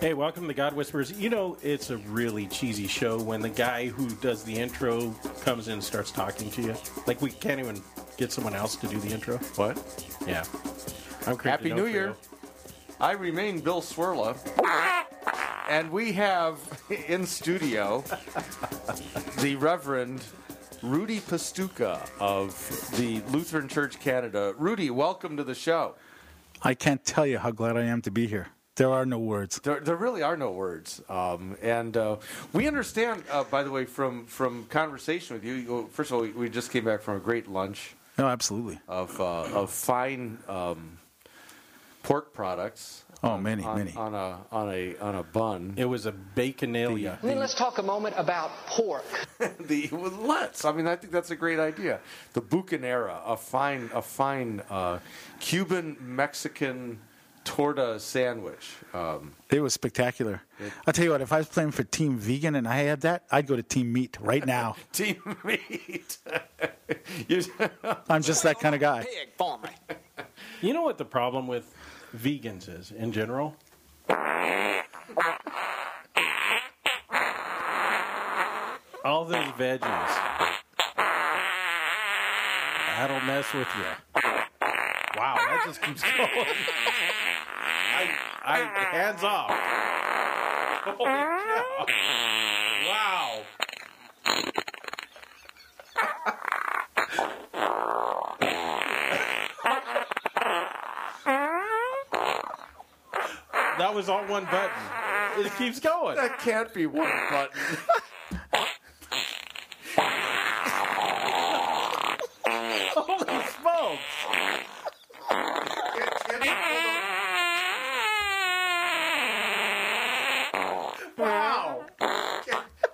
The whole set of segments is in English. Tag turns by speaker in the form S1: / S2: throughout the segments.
S1: Hey, welcome to God Whispers. You know, it's a really cheesy show when the guy who does the intro comes in and starts talking to you. Like, we can't even get someone else to do the intro.
S2: What?
S1: Yeah. I'm creeped
S2: Happy
S1: out
S2: New
S1: for
S2: Year.
S1: you.
S2: I remain Bill Swirla. And we have in studio the Reverend Rudy Pastuca of the Lutheran Church Canada. Rudy, welcome to the show.
S3: I can't tell you how glad I am to be here. There are no words.
S2: There, there really are no words, um, and uh, we understand. Uh, by the way, from from conversation with you, you, first of all, we, we just came back from a great lunch
S3: No, absolutely.
S2: of uh, of fine um, pork products.
S3: Oh, many,
S2: on,
S3: many.
S2: on a on a on a bun.
S1: It was a baconalia.
S4: I mean, let's talk a moment about pork.
S2: the well, let's. I mean, I think that's a great idea. The bucanera, a fine, a fine uh, Cuban Mexican torta sandwich. Um,
S3: It was spectacular. I'll tell you what, if I was playing for Team Vegan and I had that, I'd go to Team Meat right now.
S2: team meat. You-
S3: I'm just that kind of guy.
S4: Pig for me.
S1: You know what the problem with vegans is in general? All those veggies. That'll mess with you.
S5: Wow, that just keeps going.
S1: I, hands off. Holy cow. Wow. That was on one button. It keeps going.
S2: that can't be one button.
S1: Holy smokes.
S2: Wow! Can,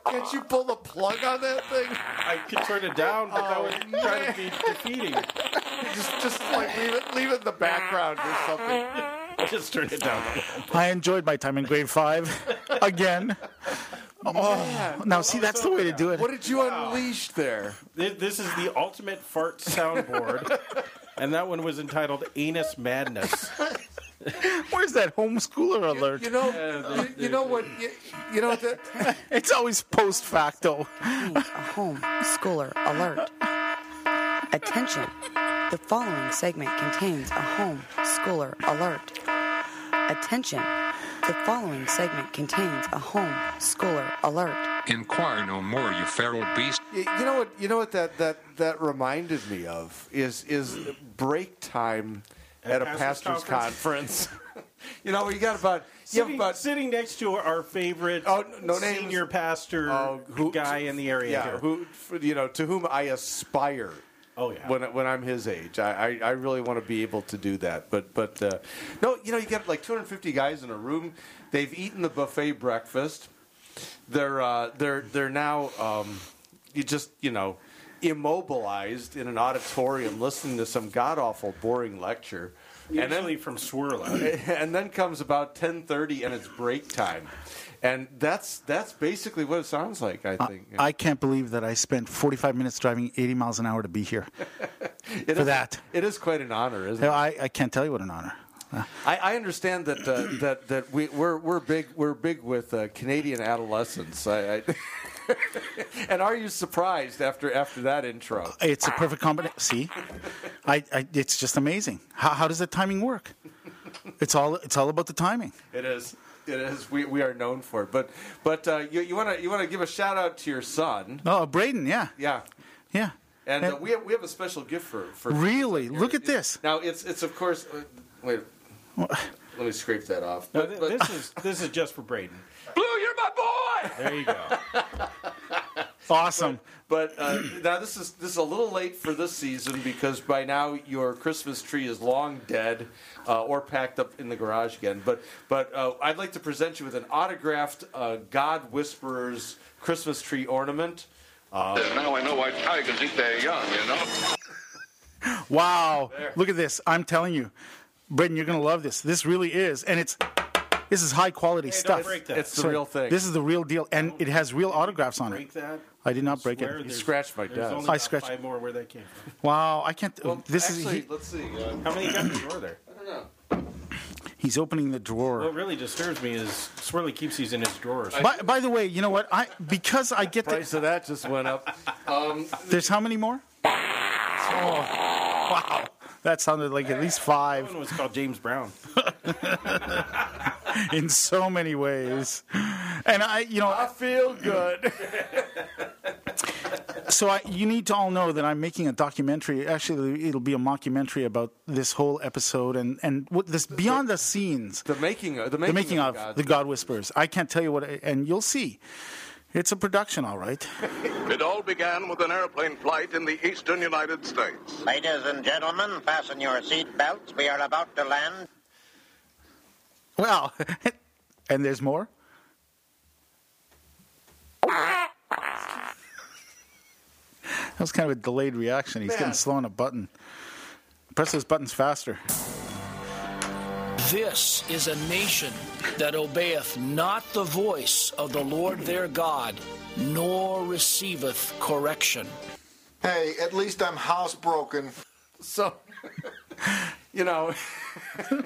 S2: can't you pull the plug on that thing?
S1: I could turn it down, but that was
S2: Oh,
S1: trying to be defeating.
S2: Just, just like leave it, leave it in the background or something.
S1: Just turn it down.
S3: I enjoyed my time in grade five again. Oh, now see, that's the way to do it.
S2: What did you unleash there?
S1: Th- This is the ultimate fart soundboard, and that one was entitled "Anus Madness."
S3: Where's that homeschooler alert?
S2: You know, you, you know what? You, you know what? That,
S3: It's always post facto.
S6: home schooler alert. Attention. The following segment contains a home schooler alert. Attention. The following segment contains a home schooler alert.
S7: Inquire no more, you feral beast.
S2: you you know what? You know what that that that reminded me of is is break time at, a pastor's
S1: pastor's
S2: conference. you know, you got about you have
S1: Sitting,
S2: about
S1: sitting next to our favorite
S2: Oh, no names.
S1: senior pastor
S2: Oh, who-
S1: guy in the area.
S2: yeah,
S1: here.
S2: who for- you know to whom I aspire.
S1: Oh, yeah.
S2: When when I'm his age, I I, I really want to be able to do that. But but uh, no, you know you get like 250 guys in a room. They've eaten the buffet breakfast. They're uh, they're they're now um, you just you know immobilized in an auditorium listening to some god awful boring lecture. And then
S1: Usually from Swirla.
S2: and then comes about 10:30 and it's break time. And that's that's basically what it sounds like, I think.
S3: Uh, I can't believe that I spent 45 minutes driving 80 miles an hour to be here.
S2: It
S3: for
S2: is-
S3: that.
S2: It is quite an honor, isn't
S3: You know,
S2: it?
S3: I, I can't tell you what an honor.
S2: I, I understand that uh, that that we we're we're big we're big with uh, Canadian adolescents. I, I and are you surprised after after that intro?
S3: It's a perfect combination. See, I, I, it's just amazing. How, how does the timing work? It's all it's all about the timing.
S2: It is. It is. We, we are known for it. But but uh, you you want to you want to give a shout out to your son.
S3: Oh, Braden, yeah,
S2: Yeah.
S3: yeah.
S2: And uh, we have we have a special gift for for
S3: really,
S2: here.
S3: look at
S2: It-
S3: this.
S2: Now it's it's of course uh, wait. Let me scrape that off.
S1: No,
S2: But-
S1: th-
S2: but-
S1: this is this is just for Braden. Blue, you're my boy. There you go.
S3: Awesome.
S2: But uh, now this is this is a little late for this season because by now your Christmas tree is long dead uh, or packed up in the garage again. But but uh, I'd like to present you with an autographed uh, God Whisperer's Christmas tree ornament
S8: now I know why tigers eat their young, you know?
S3: Wow. Look at this. I'm telling you, Brendan, you're going to love this. This really is. And it's. This is high quality stuff.
S1: break that.
S2: It's the real thing.
S3: This is the real deal, and it has real autographs on
S1: Break
S3: it.
S1: that.
S3: I did not break
S1: Swear
S3: it.
S1: there's-
S2: scratched my
S1: there's
S2: desk.
S1: only
S2: I
S1: about
S3: scratched-
S1: Five more where that came from.
S3: Wow, I can't. this
S2: Actually,
S3: is
S2: let's see. Uh,
S1: How many guys were there?
S3: he, he's opening the drawer.
S1: What really disturbs me is Swirly keeps these in his drawers.
S3: by, by the way, you know what? I because I get the,
S2: price of that just went up.
S3: there's how many more? Oh, wow, that sounded like at least
S1: One
S3: five
S1: was called James Brown.
S3: in so many ways, and I, you know, I feel good. so I, you need to all know that I'm making a documentary. Actually, it'll be a mockumentary about this whole episode and and what this beyond the scenes.
S2: The making of the making,
S3: the making of
S2: God.
S3: the God Whispers. I can't tell you what, and you'll see. It's a production, all right.
S8: It all began with an airplane flight in the eastern United States.
S9: Ladies and gentlemen, fasten your seat belts. We are about to land.
S3: Well, and there's more. That was kind of a delayed reaction. He's getting slow on a button. Press those buttons faster.
S9: This is a nation that obeyeth not the voice of the Lord their God, nor receiveth correction.
S8: Hey, at least I'm housebroken.
S2: So, you know,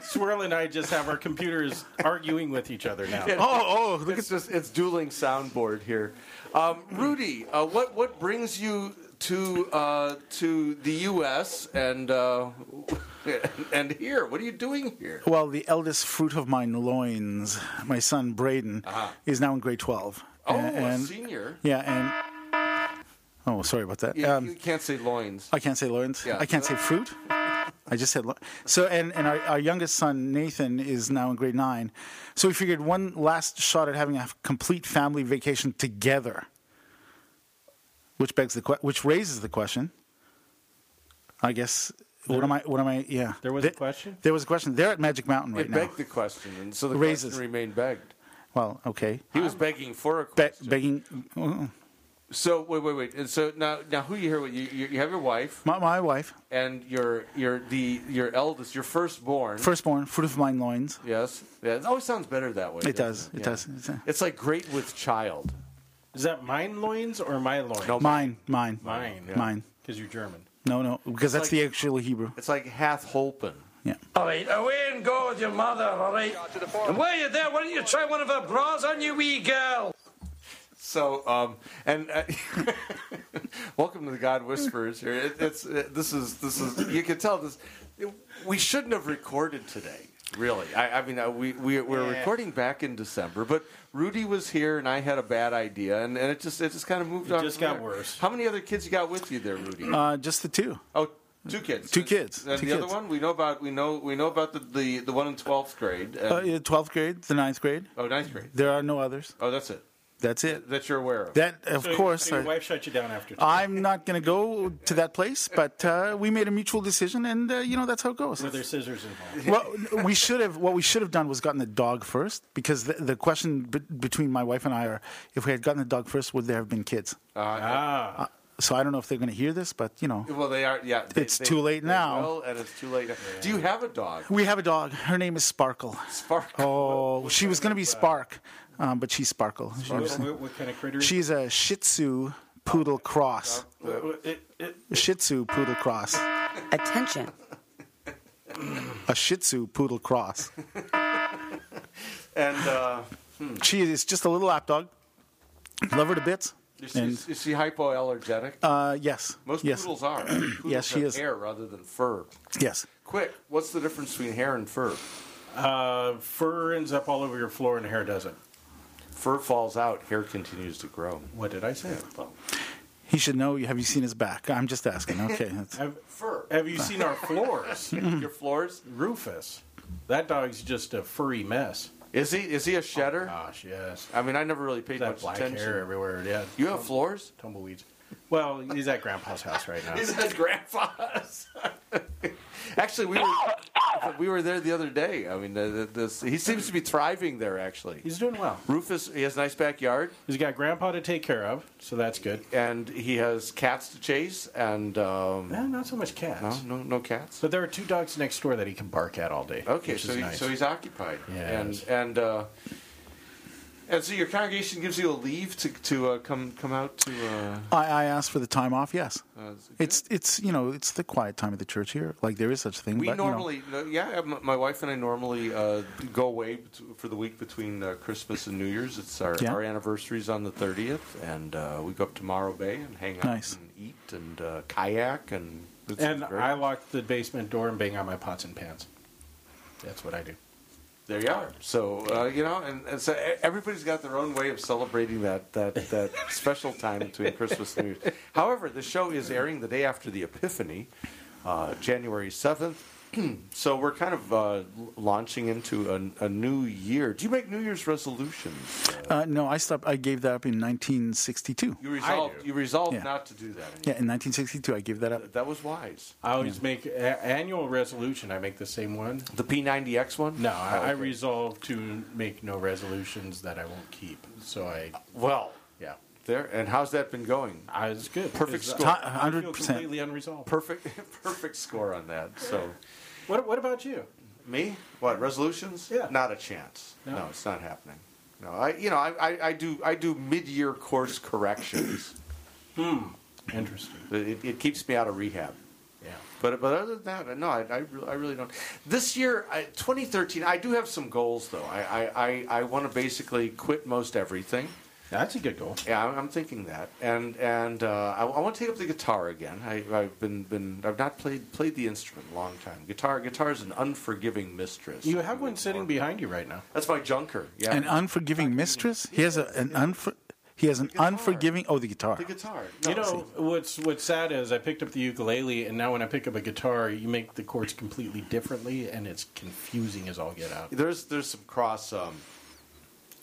S1: Swirl and I just have our computers arguing with each other now.
S2: oh oh, look, it's just it's dueling soundboard here. Um, Rudy, uh, what what brings you to uh, to the U.S. and uh, and here? What are you doing here?
S3: Well, the eldest fruit of mine loins, my son Braden, is now in grade 12.
S2: Uh-huh. Oh,
S3: A- and,
S2: a senior.
S3: Yeah, and. Oh, sorry about that.
S2: You,
S3: Um,
S2: you can't say loins.
S3: I can't say loins.
S2: Yeah.
S3: I can't say fruit. I just said lo- so. And and our, our youngest son Nathan is now in grade nine, so we figured one last shot at having a complete family vacation together. Which begs the que- which raises the question. I guess what am I? What am I? Yeah.
S1: There was a question?
S3: There was a question. They're at Magic Mountain right
S2: it
S3: now.
S2: begged the question, and so the
S3: Raises.
S2: question remained begged.
S3: well, okay.
S2: He was begging for a
S3: Be-
S2: question.
S3: begging
S2: so wait, wait, wait. And so now, now who you here with? You, you, you have your wife
S3: my, my wife,
S2: and your your the your eldest, your firstborn.
S3: firstborn, fruit of mine loins.
S2: Yes. Yeah, it always sounds better that way.
S3: It does.
S2: doesn't
S3: It
S2: Yeah.
S3: does. It's, uh,
S2: It's like great with child.
S1: Is that mine loins or my loins?
S2: No.
S3: Mine, mine,
S1: Mine.
S3: mine.
S1: Because you're German.
S3: No, no, because that's
S2: like-
S3: the actual Hebrew.
S2: It's like hath holpen.
S3: Yeah.
S9: All right, away and go with your mother, all right? And while you're there, why don't you try one of her bras on you, wee girl?
S2: So, um, and uh, welcome to the God Whispers. Here, it, it's it, this is this is you can tell this. we shouldn't have recorded today. Really, I, I mean, uh, we we we're recording back in December, but Rudy was here, and I had a bad idea, and, and it just it just kind of moved
S1: It
S2: on.
S1: just
S2: from
S1: got
S2: there.
S1: worse.
S2: How many other kids you got with you there, Rudy?
S3: Uh, just the two.
S2: oh, two kids.
S3: two kids.
S2: And
S3: Two
S2: the other
S3: kids.
S2: one we know about. We know we know about the the, the one in twelfth grade. and-
S3: Uh, yeah, 12th grade, the ninth grade.
S2: oh, ninth grade.
S3: There are no others.
S2: Oh, that's it.
S3: That's it.
S2: That you're aware of.
S3: That, of
S1: So-
S3: course,
S1: So your
S3: I,
S1: wife shut you down after.
S3: I'm not going to go to that place, but uh, we made a mutual decision, and uh, you know that's how it goes.
S1: Were there scissors involved?
S3: Well, we should have. What we should have done was gotten the dog first, because the, the question b- between my wife and I are: if we had gotten the dog first, would there have been kids?
S1: Ah.
S3: So I don't know if they're going to hear this, but you know,
S2: Well, they are. Yeah, they-
S3: It's
S2: they-
S3: too late
S2: they
S3: now.
S2: will, and it's too late. Now. Do you have a dog?
S3: we have a dog. Her name is Sparkle.
S2: Spark.
S3: Oh, she was going to be Spark, um, but she's Sparkle. She
S1: What,
S3: was-
S1: what- what kind of critter?
S3: She's a Shih Tzu poodle cross.
S1: It- Uh, it- it-
S3: Shih Tzu poodle cross.
S6: Attention,
S3: A Shih Tzu poodle cross.
S2: And uh,
S3: She is just a little lap dog. Love her to bits.
S2: is, she,
S3: And
S2: is she hypoallergenic?
S3: uh, yes,
S2: Most
S3: yes,
S2: poodles are. Poodles
S3: Yes, she
S2: have
S3: is.
S2: Hair rather than fur.
S3: yes.
S2: Quick, what's the difference between hair and fur?
S1: uh, fur ends up all over your floor and hair doesn't.
S2: Fur falls out. Hair continues to grow.
S1: What did I say?
S3: He should know. Have you seen his back? I'm just asking. Okay. that's-
S1: Have,
S2: Fur.
S1: have you seen our floors?
S2: Your floors.
S1: Rufus. That dog's just a furry mess.
S2: Is he? Is he a shedder?
S1: Gosh, yes.
S2: I mean, I never really paid
S1: Oh, That
S2: much
S1: black
S2: attention.
S1: hair everywhere. Yeah.
S2: You have floors.
S1: Tumbleweeds. Well, he's at Grandpa's house right now.
S2: He's at grandpa's. Actually, we were we were there the other day. I mean, uh, th- this he seems to be thriving there. Actually,
S1: he's doing well.
S2: Rufus, he has a nice backyard.
S1: He's got grandpa to take care of, so that's good.
S2: And he has cats to chase, and um,
S1: Eh, not so much cats.
S2: no, no, no cats.
S1: But there are two dogs next door that he can bark at all day.
S2: Okay,
S1: which
S2: so
S1: is
S2: he,
S1: nice.
S2: so he's occupied,
S1: Yes.
S2: and and uh, and so your congregation gives you a leave to to uh, come come out to. Uh,
S3: I, I asked for the time off. Yes,
S2: Uh, is it
S3: it's it's you know it's the quiet time of the church here. Like there is such a thing.
S2: we
S3: but, you know.
S2: normally, no, yeah, m- my wife and I normally uh, go away bet- for the week between uh, Christmas and New Year's. It's our
S3: Yeah.
S2: our anniversary's on the thirtieth, and uh, we go up to Morrow Bay and hang out
S3: Nice.
S2: and eat and uh, kayak and. it's
S1: and
S2: very-
S1: I lock the basement door and bang on my pots and pans. That's what I do.
S2: There you are. So uh, you know, and, and so e- everybody's got their own way of celebrating that that that special time between Christmas and New Year's. However, the show is airing the day after the Epiphany, uh, January seventh. so we're kind of uh, l- launching into a, a new year. Do you make New Year's resolutions?
S3: Uh, no, I stopped. I gave that up in 1962.
S2: You resolved. You resolved
S3: Yeah.
S2: not to do that. Anymore.
S3: Yeah, in 1962, I gave that up.
S2: That was wise.
S1: I always make a- annual resolution. I make the same one.
S2: The P90X one.
S1: No, I,
S2: Oh,
S1: I
S2: okay.
S1: resolve to make no resolutions that I won't keep. So I,
S2: well
S1: yeah,
S2: there. And how's that been going?
S1: I was good.
S2: Perfect
S1: It's-
S2: score.
S1: I feel
S3: 100%.
S1: Completely unresolved.
S2: Perfect. Perfect score on that. So.
S1: What, what about you?
S2: Me? What resolutions?
S1: Yeah.
S2: Not a chance.
S1: No.
S2: No, it's not happening. No, I you know I, I, I do I do mid year course corrections.
S1: Interesting.
S2: it, it keeps me out of rehab.
S1: Yeah.
S2: But but other than that, no, I I, re- I really don't. This year, I, 2013, I do have some goals though. I I, I, I want to basically quit most everything.
S1: That's a good goal.
S2: Yeah, I'm, I'm thinking that, and and uh, I, I want to take up the guitar again. I, I've been been I've not played played the instrument in a long time. Guitar guitar is an unforgiving mistress.
S1: You have one sitting behind you right now.
S2: That's my junker. Yeah.
S3: An unforgiving mistress. He has a, an unfor- He has an unforgiving. Oh, the guitar.
S2: The guitar.
S1: You know what's what's sad is I picked up the ukulele and now when I pick up a guitar, you make the chords completely differently and it's confusing as all get out
S2: there's there's some cross um,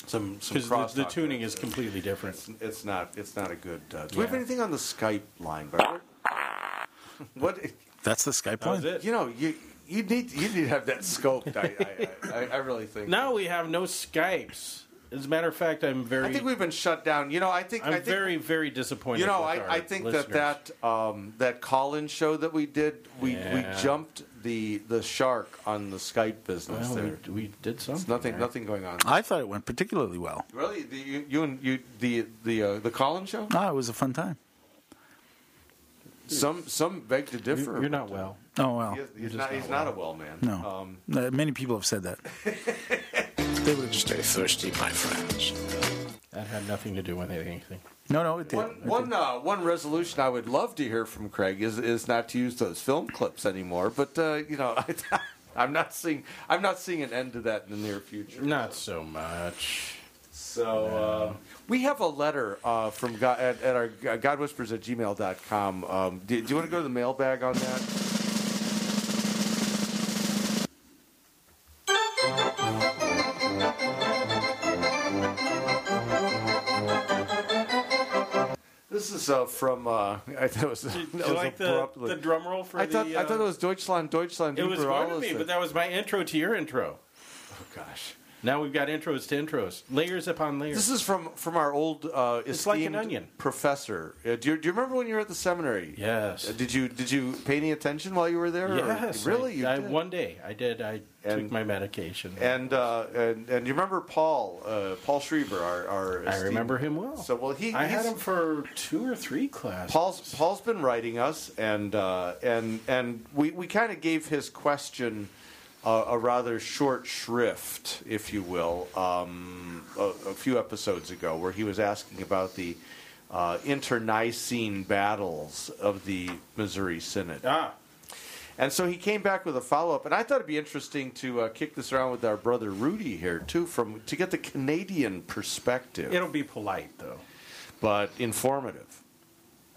S2: some some
S1: because
S2: cross
S1: the, the tuning is completely different.
S2: It's not it's not a good. Uh, do we have
S1: Yeah.
S2: anything on the Skype line, Barbara? what
S3: That's the Skype one.
S2: you know you you need you need to have that scoped. I I, I, I really think.
S1: Now we have no Skypes. As a matter of fact, I'm very
S2: I think we've been shut down. You know, I think
S1: I'm
S2: I think,
S1: very very disappointed.
S2: You know,
S1: with our
S2: I, I think
S1: listeners.
S2: that that um, that call-in show that we did, we,
S1: Yeah.
S2: we jumped the the shark on the Skype business.
S1: Well,
S2: there,
S1: we, we did something.
S2: There's nothing
S1: there.
S2: nothing going on.
S3: I thought it went particularly well.
S2: Really, the, you, you and you the the uh, the Colin show?
S3: Ah, it was a fun time.
S2: Some some beg to
S1: You-
S2: differ.
S1: You're not well.
S3: Oh well.
S2: He is-
S1: You're
S2: he's
S1: just
S2: not,
S1: not
S2: he's not a well man.
S3: No.
S2: Um,
S3: Uh, many people have said that. they would
S10: Stay thirsty, my friends.
S1: That had nothing to do with anything.
S3: No, no, it did.
S2: one one uh, one resolution I would love to hear from Craig is is not to use those film clips anymore. But uh, you know, I, I'm not seeing I'm not seeing an end to that in the near future.
S1: Not so much.
S2: So uh, we have a letter uh, from God, at, at our uh, godwhispers at gmail.com. Um, do, do you want to go to the mailbag on that? This is uh, from uh, I thought it was, that
S1: Do
S2: was
S1: you like the,
S2: abruptly-
S1: the drum roll for
S2: I thought
S1: the? uh,
S2: I thought it was Deutschland, Deutschland.
S1: It was
S2: über
S1: going to
S2: alles
S1: be,
S2: that-
S1: but that was my intro to your intro.
S2: oh gosh.
S1: Now we've got intros to intros, layers upon layers.
S2: This is from from our old uh, esteemed
S1: It's like an onion.
S2: professor. Uh, do, you, do you remember when you were at the seminary?
S1: Yes.
S2: Uh, did you did you pay any attention while you were there? or-
S1: yes,
S2: really.
S1: I-
S2: you
S1: I,
S2: did?
S1: one day I did. I
S2: And-
S1: took my medication.
S2: And, uh, and and you remember Paul uh, Paul Schreiber, our, our
S1: I
S2: esteemed-
S1: remember him well.
S2: So well he
S1: I had
S2: he's-
S1: him for two or three classes.
S2: Paul's Paul's been writing us, and uh, and and we, we kind of gave his question uh, a rather short shrift, if you will, um, a, a few episodes ago, where he was asking about the uh, internecine battles of the Missouri Synod.
S1: Ah,
S2: And so he came back with a follow up, and I thought it'd be interesting to uh, kick this around with our brother Rudy here too, from to get the Canadian perspective,
S1: it'll be polite though.
S2: but informative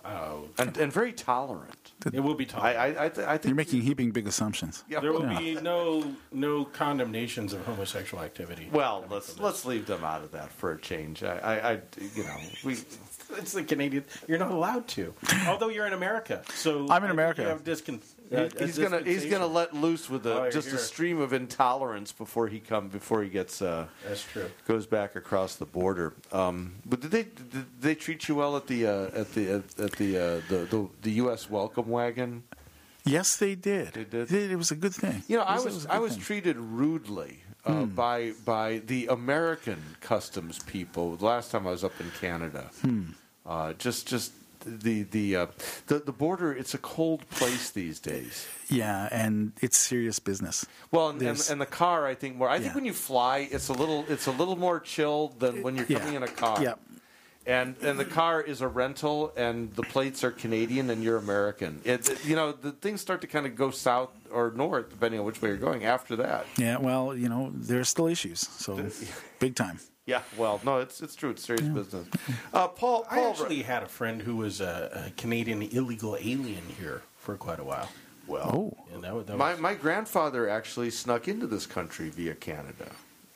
S1: Oh,
S2: and, and very tolerant.
S1: it will be tough.
S2: I I, I, th- I think
S3: You're making heaping big assumptions.
S2: Yeah.
S1: there will be no no condemnations of homosexual activity.
S2: Well, let's let's leave them out of that for a change. I, I, I you know, we.
S1: it's the Canadian. You're not allowed to, although you're in America. So
S3: I'm in
S1: I think
S3: America.
S1: You have discon- uh,
S2: He- he's gonna he's gonna let loose with
S1: Oh,
S2: a,
S1: you're
S2: just
S1: here.
S2: a stream of intolerance before he come before he gets uh,
S1: That's true.
S2: goes back across the border. Um, but did they did they treat you well at the uh, at the at, at the, uh, the the the U.S. welcome wagon?
S3: Yes, they did. They
S2: did.
S3: It was a good thing.
S2: You know, I
S3: It it
S2: was
S3: a good
S2: I was
S3: thing. Hmm.
S2: treated rudely uh, by by the American customs people. The last time I was up in Canada,
S3: Hmm.
S2: uh, just just the the, uh, the the border. It's a cold place these days.
S3: Yeah, and it's serious business.
S2: Well, and, and,
S3: There's-
S2: and the car, I think more. I think
S3: Yeah.
S2: when you fly, it's a little it's a little more chilled than when you're
S3: Yeah.
S2: coming in a car.
S3: Yeah.
S2: And and the car is a rental, and the plates are Canadian, and you're American. It, it- you know the things start to kind of go south or north depending on which way you're going. After that,
S3: Yeah, well, you know, there are still issues, so big time.
S2: yeah. Well, no, it's it's true. It's serious business. Uh, Paul,
S1: I actually had a friend who was a, a Canadian illegal alien here for quite a while.
S2: Well,
S1: and that, wa- that
S2: my
S1: was-
S2: my grandfather actually snuck into this country via Canada.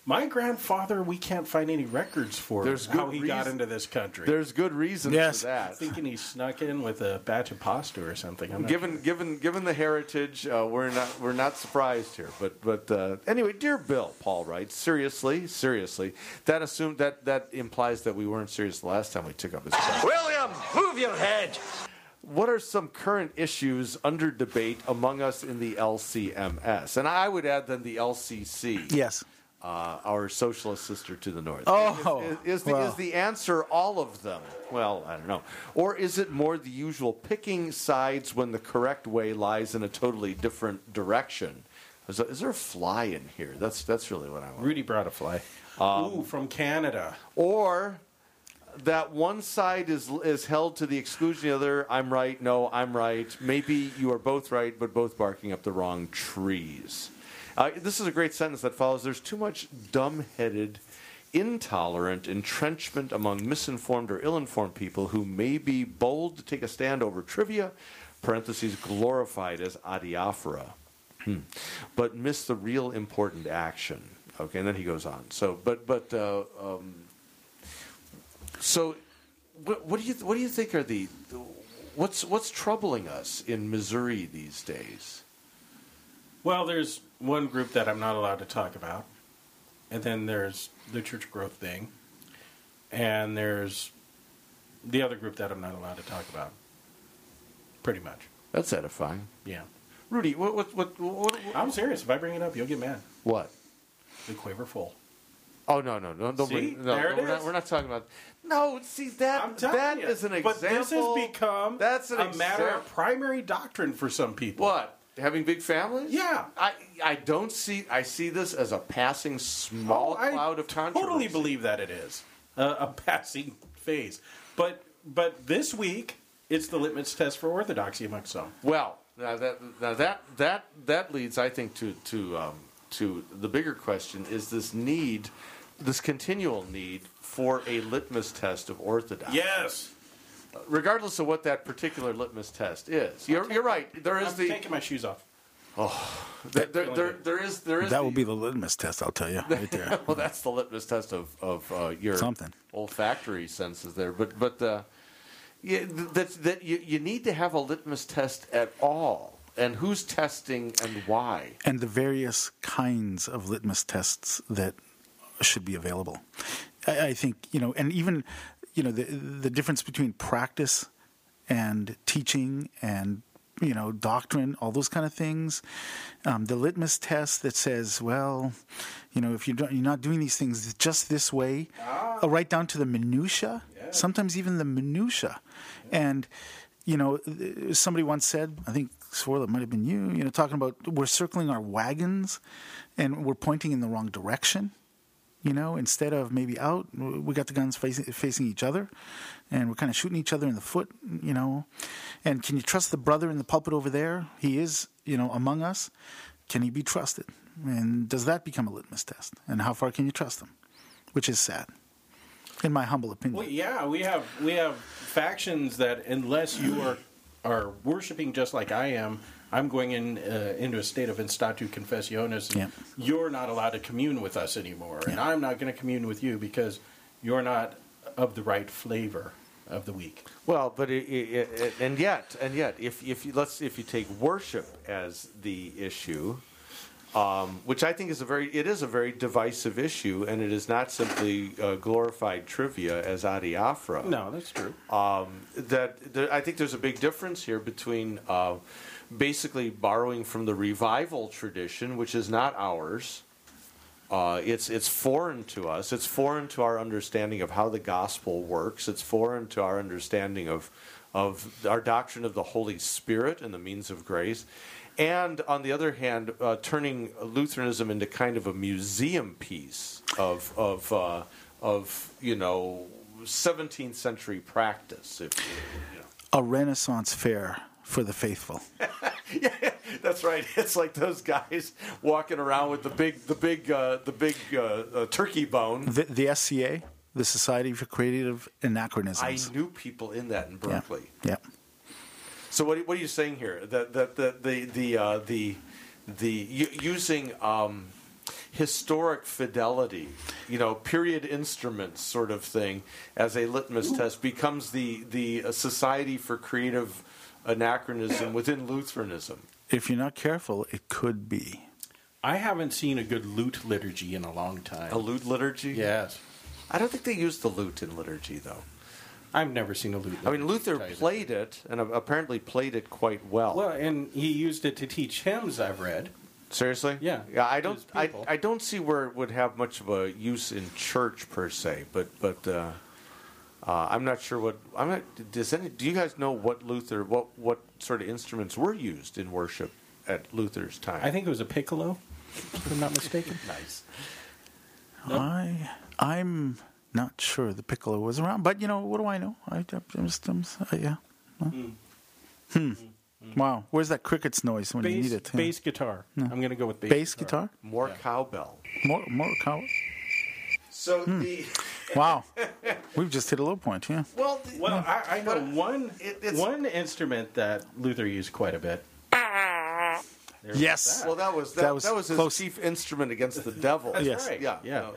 S1: my grandfather, we can't find any records for
S2: There's
S1: how
S2: good
S1: he got
S2: reason-
S1: into this country.
S2: There's good reasons
S1: Yes.
S2: for that.
S1: I'm thinking he snuck in with a batch of pasta or something. I'm not
S2: given given given the heritage, uh, we're not we're not surprised here. But but uh, anyway, dear Bill, Paul writes seriously, seriously. That assumed that that implies that we weren't serious the last time we took up this. Question.
S11: William, move your head.
S2: What are some current issues under debate among us in the LCMS? And I would add then the LCC.
S3: Yes.
S2: Uh, our socialist sister to the north.
S3: Oh,
S2: is, is- is the,
S3: well.
S2: is the answer all of them? Well, I don't know. Or is it more the usual picking sides when the correct way lies in a totally different direction? Is, there- is there a fly in here? That's that's really what I want.
S1: Rudy brought a fly. Ooh, from Canada.
S2: Or that one side is is held to the exclusion of the other. I'm right. No, I'm right. Maybe you are both right, but both barking up the wrong trees. Uh, this is a great sentence that follows. There's too much dumbheaded, intolerant entrenchment among misinformed or ill-informed people who may be bold to take a stand over trivia (parentheses glorified as adiaphora) Hmm. but miss the real important action. Okay, and then he goes on. So, but but uh, um, so, what, what do you what do you think are the what's what's troubling us in Missouri these days?
S1: Well, there's one group that I'm not allowed to talk about, and then there's the church growth thing, and there's the other group that I'm not allowed to talk about. Pretty much,
S2: That's edifying,
S1: yeah.
S2: Rudy. What what what? what, what
S1: I'm serious. If I bring it up, you'll get mad.
S2: What?
S1: The quaver full.
S2: Oh no no no! Don't
S1: See?
S2: bring- no, no,
S1: There it
S2: we're, Not,
S1: is.
S2: we're not talking about. No, see that
S1: telling
S2: that
S1: you.
S2: is an
S1: But
S2: example.
S1: this has become
S2: that's an
S1: a matter of
S2: example.
S1: primary doctrine for some people.
S2: What? Having big families?
S1: Yeah.
S2: I I don't see I see this as a passing small
S1: Oh, I
S2: cloud of controversy.
S1: totally believe that it is uh, a passing phase. But but this week, it's the litmus test for orthodoxy amongst some.
S2: Well, now that now that that that leads, I think, to to um, to the bigger question: is this need, this continual need for a litmus test of orthodoxy?
S1: Yes.
S2: Regardless of what that particular litmus test is, you're, you're right. There is
S1: I'm
S2: the
S1: taking my shoes off.
S2: there, there, there, there is there is
S3: That
S2: the,
S3: will be the litmus test, I'll tell you, right there.
S2: well, that's the litmus test of of uh, your
S3: Something.
S2: olfactory senses there. But but uh, yeah, th- that that you, you need to have a litmus test at all, and who's testing and why.
S3: and the various kinds of litmus tests that should be available. I, I think you know, and even you know the the difference between practice and teaching and you know doctrine, all those kind of things. Um, the litmus test that says, well, you know, if you don't, you're not doing these things just this way, uh, right down to the minutia. Sometimes even the minutia, and you know, th- somebody once said, I think Swirl, it might have been you, you know, talking about we're circling our wagons and we're pointing in the wrong direction. You know, instead of maybe out, w- we got the guns facing, facing each other and we're kind of shooting each other in the foot, you know. And can you trust the brother in the pulpit over there? He is, you know, among us. Can he be trusted? And does that become a litmus test? And how far can you trust him? Which is sad, in my humble opinion.
S1: Well, yeah, we have we have factions that unless you are are worshiping just like I am, I'm going in uh, into a state of in statu confessionis. and
S3: Yeah.
S1: You're not allowed to commune with us anymore, and I'm not going to commune with you because you're not of the right flavor. of the week.
S2: Well, but it, it, it, and yet, and yet, if if you, let's if you take worship as the issue, um, which I think is a very it is a very divisive issue, and it is not simply uh, glorified trivia as adiaphora.
S1: No, that's true.
S2: Um, that there, I think there's a big difference here between uh, basically borrowing from the revival tradition, which is not ours. Uh, it's it's foreign to us. It's foreign to our understanding of how the gospel works. It's foreign to our understanding of of our doctrine of the Holy Spirit and the means of grace. And on the other hand, uh, turning Lutheranism into kind of a museum piece of of uh, of you know 17th century practice. If you know.
S3: A Renaissance fair for the faithful.
S2: yeah, that's right. It's like those guys walking around with the big, the big, uh, the big uh, uh, turkey bone.
S3: The, the SCA, the Society for Creative Anachronisms.
S2: I knew people in that in
S3: Yeah.
S2: Berkeley.
S3: Yeah.
S2: So what, what are you saying here? That that the the the uh, the, the u- using um, historic fidelity, you know, period instruments sort of thing as a litmus test becomes the the uh, Society for Creative Anachronism within Lutheranism.
S3: If you're not careful, it could be.
S1: I haven't seen a good lute liturgy in a long time.
S2: A lute liturgy?
S1: Yes.
S2: I don't think they use the lute in liturgy, though.
S1: I've never seen a lute.
S2: I mean, Luther
S1: liturgy.
S2: played it and apparently played it quite well.
S1: Well, and he used it to teach hymns. I've read.
S2: Seriously?
S1: Yeah.
S2: Yeah, I don't.
S1: His
S2: I,
S1: people.
S2: I don't see where it would have much of a use in church per se. But but uh, uh, I'm not sure what I'm not. Does any? Do you guys know what Luther? What what sort of instruments were used in worship at Luther's time?
S1: I think it was a piccolo, if I'm not mistaken.
S2: nice.
S3: I I'm not sure the piccolo was around, but you know what do I know? I, I'm just I'm, uh, yeah. Well. Hmm. Wow, where's that cricket's noise when you
S1: Bass,
S3: need it?
S1: bass guitar. I'm going to go with bass.
S3: Bass guitar?
S2: More cowbell.
S3: More more cow.
S2: So the
S3: Wow, we've just hit a low point. Yeah.
S2: well,
S1: Well, I, I know one
S2: it's-
S1: one instrument that Luther used quite a bit. There was
S3: Yes.
S2: well that was that, that was, his
S3: close.
S2: chief instrument against the devil.
S3: That's Yes.
S1: right.
S2: Yeah.
S1: Yeah.
S2: no.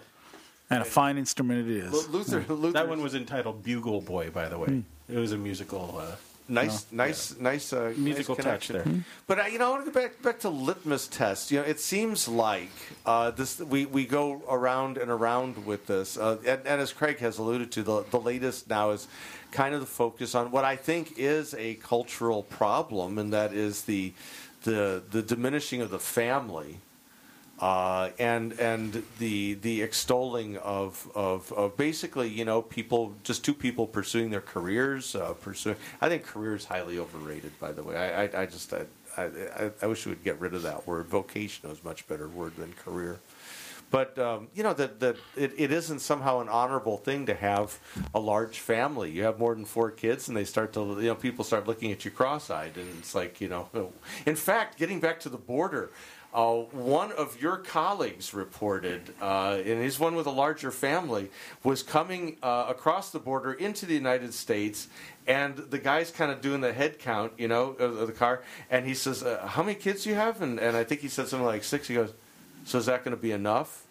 S3: And a fine instrument it
S2: Lu-
S3: is.
S2: Luther. Luther.
S1: That one was entitled "Bugle Boy," by the way. It was a musical. Uh,
S2: Nice, nice, nice uh,
S1: Musical
S2: nice
S1: touch
S2: connection.
S1: there. Mhm.
S2: But uh, you know, I want to go back back to litmus tests. You know, it seems like uh, this we, we go around and around with this, uh, and, and as Craig has alluded to, the the latest now is kind of the focus on what I think is a cultural problem, and that is the the the diminishing of the family uh, and and the the extolling of, of of basically you know people just two people pursuing their careers uh, pursuing I think career is highly overrated by the way I I, I just I, I I wish we would get rid of that word vocation is a much better word than career but um, you know that that it, it isn't somehow an honorable thing to have a large family. You have more than four kids, and they start to you know people start looking at you cross-eyed, and it's like you know. oh. In fact, getting back to the border, uh, one of your colleagues reported, uh, and he's one with a larger family, was coming uh, across the border into the United States, and the guy's kind of doing the head count, you know, of, of the car, and he says, uh, "How many kids do you have?" And, and I think he said something like six. He goes. So is that going to be enough?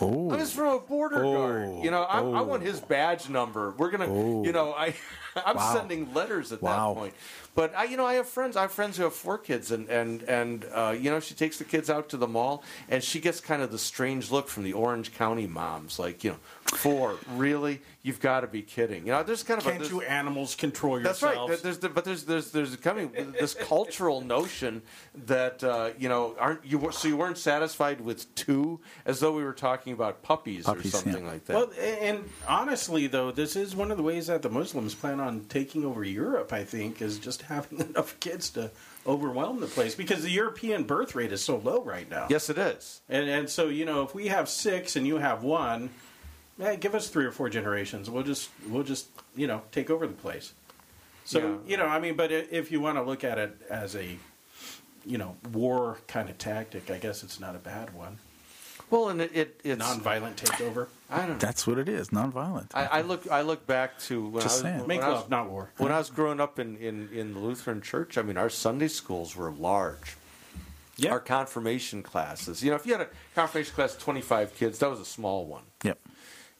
S3: Oh.
S2: I'm just from a border guard. You know, I, I want his badge number. We're gonna, you know, I, I'm
S3: Oh. Wow.
S2: sending letters at
S3: Wow.
S2: that point. But I, you know, I have friends. I have friends who have four kids, and and and uh, you know, she takes the kids out to the mall, and she gets kind of the strange look from the Orange County moms, like you know, four, really? You've got to be kidding. You know, there's kind of a,
S1: Can't
S2: there's-
S1: you animals control
S2: that's
S1: yourselves?
S2: right. There- There's the, but there's there's there's coming this cultural notion that uh, you know aren't you were- so you weren't satisfied with two as though we were talking about puppies,
S3: Puppies,
S2: or
S3: yeah.
S2: something like that.
S1: Well, a- and honestly, though, this is one of the ways that the Muslims plan on taking over Europe. I think is just having enough kids to overwhelm the place because the European birth rate is so low right now.
S2: yes, it is.
S1: and and so you know, if we have six and you have one, eh, give us three or four generations. We'll just we'll just you know take over the place. So
S2: Yeah.
S1: you know, I mean, but i- if you want to look at it as a you know war kind of tactic, I guess it's not a bad one.
S2: Well, and it, it it's
S1: Nonviolent takeover,
S2: I don't. Know.
S3: That's what it is. Nonviolent.
S2: I, I look I look back to when
S3: Just
S2: I
S3: saying.
S2: was, when
S1: make
S2: I was-
S1: love, not war.
S2: When I was growing up in, in, in the Lutheran church, I mean, our Sunday schools were large.
S1: Yeah.
S2: Our confirmation classes. You know, if you had a confirmation class of 25 kids, that was a small one.
S3: Yep.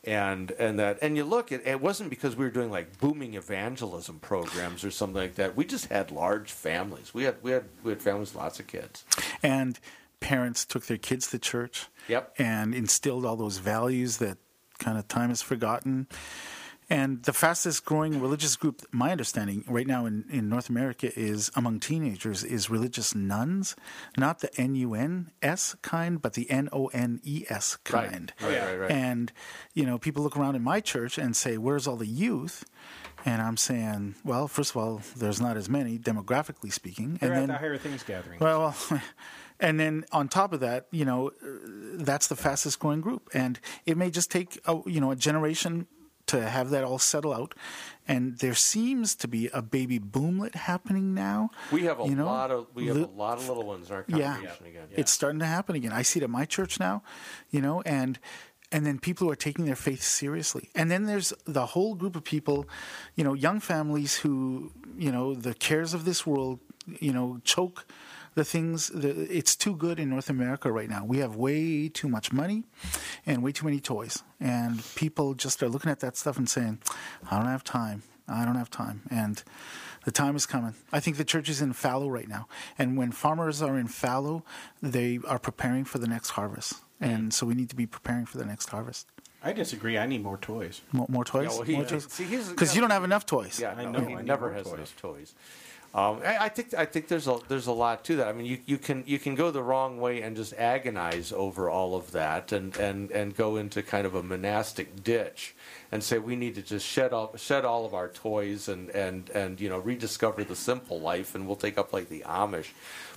S2: and and that and you look at it wasn't because we were doing like booming evangelism programs or something like that. We just had large families. We had we had we had families, lots of kids.
S3: and parents took their kids to church
S2: Yep.
S3: and instilled all those values that kind of time is forgotten and the fastest growing religious group my understanding right now in, in north america is among teenagers is religious nuns not the n-u-n-s kind but the n-o-n-e-s
S2: Right.
S3: E kind
S2: Right, right, right.
S3: and you know people look around in my church and say where's all the youth and i'm saying well first of all there's not as many demographically speaking
S1: They're
S3: and
S1: at
S3: then
S1: the higher things gathering.
S3: well, and then on top of that, you know, uh, that's the fastest growing group, and it may just take a, you know a generation to have that all settle out. And there seems to be a baby boomlet happening now.
S2: We have a
S3: You know,
S2: lot of we have
S3: li-
S2: a lot of little ones in our
S3: Yeah.
S2: congregation again.
S3: it's starting to happen again. I see it at my church now, you know, and and then people who are taking their faith seriously. And then there's the whole group of people, you know, young families who, you know, the cares of this world, you know, choke the things the, it's too good in North America right now. We have way too much money and way too many toys. And people just are looking at that stuff and saying, I don't have time. I don't have time. And the time is coming. I think the church is in fallow right now. And when farmers are in fallow, they are preparing for the next harvest. And so we need to be preparing for the next harvest.
S1: I disagree. I need more toys.
S3: More, more toys?
S2: Yeah, well, he-
S3: more toys?
S2: see, he's-
S3: you don't have enough toys.
S2: Yeah,
S1: I
S2: no,
S1: know,
S2: he
S1: I need
S2: never
S1: more
S2: has
S1: toys.
S2: enough toys. Um, I, I think I think there's a there's a lot to that. I mean, you, you can you can go the wrong way and just agonize over all of that, and, and, and go into kind of a monastic ditch, and say we need to just shed all shed all of our toys and, and, and you know rediscover the simple life, and we'll take up like the Amish.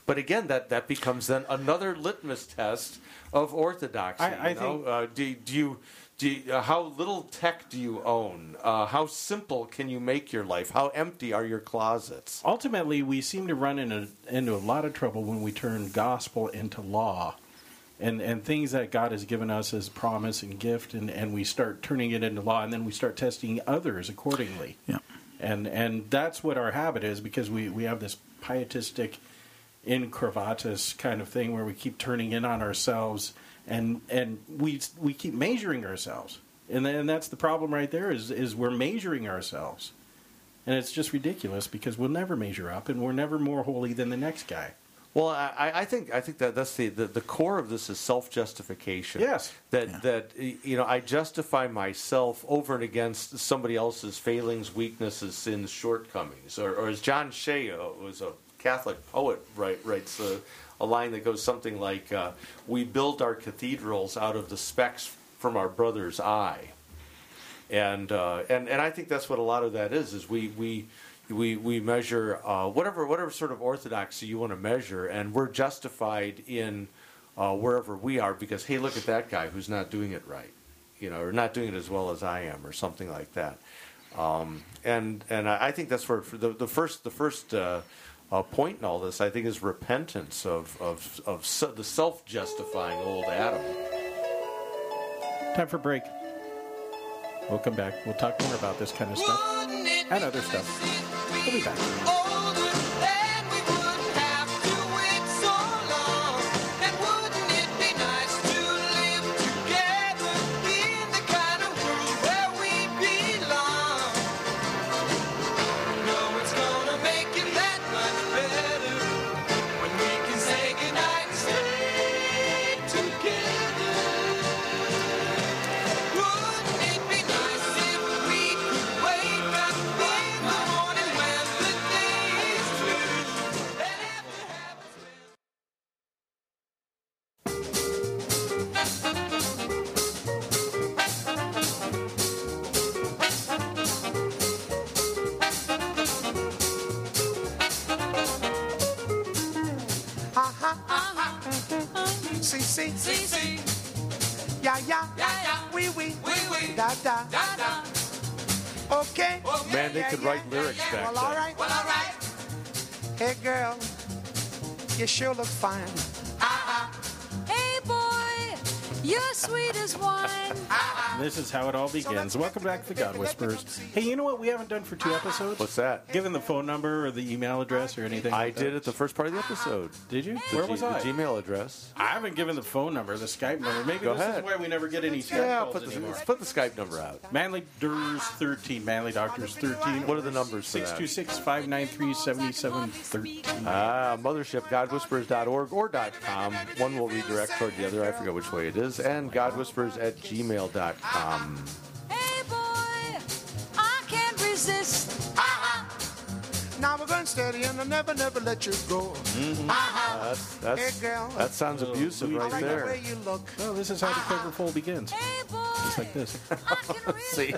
S2: But again, that, that becomes then another litmus test of orthodoxy.
S1: I- I
S2: you know?
S1: think-
S2: Uh, do, do you, do you- uh, how little tech do you own? Uh, how simple can you make your life? How empty are your closets?
S1: Ultimately, we seem to run into, into a lot of trouble when we turn gospel into law and, and things that God has given us as promise and gift, and, and we start turning it into law, and then we start testing others accordingly.
S3: Yeah.
S1: And, and that's what our habit is because we, we have this pietistic in cravatus kind of thing where we keep turning in on ourselves and, and we, we keep measuring ourselves. And, then- and that's the problem right there is, is we're measuring ourselves. And it's just ridiculous because we'll never measure up and we're never more holy than the next guy.
S2: Well, I, I I think I think that that's the, the, the core of this is self justification.
S1: Yes.
S2: That that y- you know I justify myself over and against somebody else's failings, weaknesses, sins, shortcomings, or, or as John Shea, uh, who was a Catholic poet, right, writes a, a line that goes something like, uh, "We build our cathedrals out of the specks from our brother's eye." and uh, and and I think that's what a lot of that is is we we we we measure uh, whatever whatever sort of orthodoxy you want to measure, and we're justified in uh, wherever we are because hey, look at that guy who's not doing it right, you know, or not doing it as well as I am, or something like that. Um, and and I I think that's where for the, the first the first uh, uh, point in all this I think is repentance of of of se- the self justifying old Adam.
S1: Time for a break. We'll come back. We'll talk more about this kind of stuff and other stuff. We'll be back.
S12: See, see, see, see. Yeah, yeah, yeah, yeah. Wee, wee, wee, wee. Da, da, da, da. Okay.
S2: Man, they could write lyrics back
S12: Well, all
S2: then.
S12: right. Well, all right. Hey, girl, you sure look fine.
S13: Hey, boy, You're sweet as wine.
S1: This is how it all begins. Welcome back to the God Whispers. Hey, you know what we haven't done for two episodes?
S2: What's that?
S1: Given the phone number or the email address or anything.
S2: I
S1: like that.
S2: did at the first part of the episode.
S1: Did you?
S2: The
S1: Where
S2: G-
S1: was
S2: the
S1: I?
S2: Gmail address.
S1: I haven't given the phone number, the Skype number. Maybe
S2: Go
S1: this
S2: ahead.
S1: is why we never get any Skype
S2: Yeah,
S1: calls
S2: put the-
S1: anymore.
S2: let's put the Skype number out.
S1: Manly Durs 13. Manly Doctors 13. What
S2: are the numbers for that?
S1: 626 593 7713.
S2: Ah, mothership, godwhispers.org or .com. One will redirect toward the other. I forget which way it is. And godwhispers at gmail.com.
S13: Hey, boy, I can't resist.
S12: Now we're going steady and I'll never, never let you go.
S2: Uh, that's, that's,
S12: Hey, girl.
S2: that sounds abusive right
S12: I like the
S2: there.
S12: way you look.
S1: Oh, this is how the quiver pole begins. Just like this.
S2: See,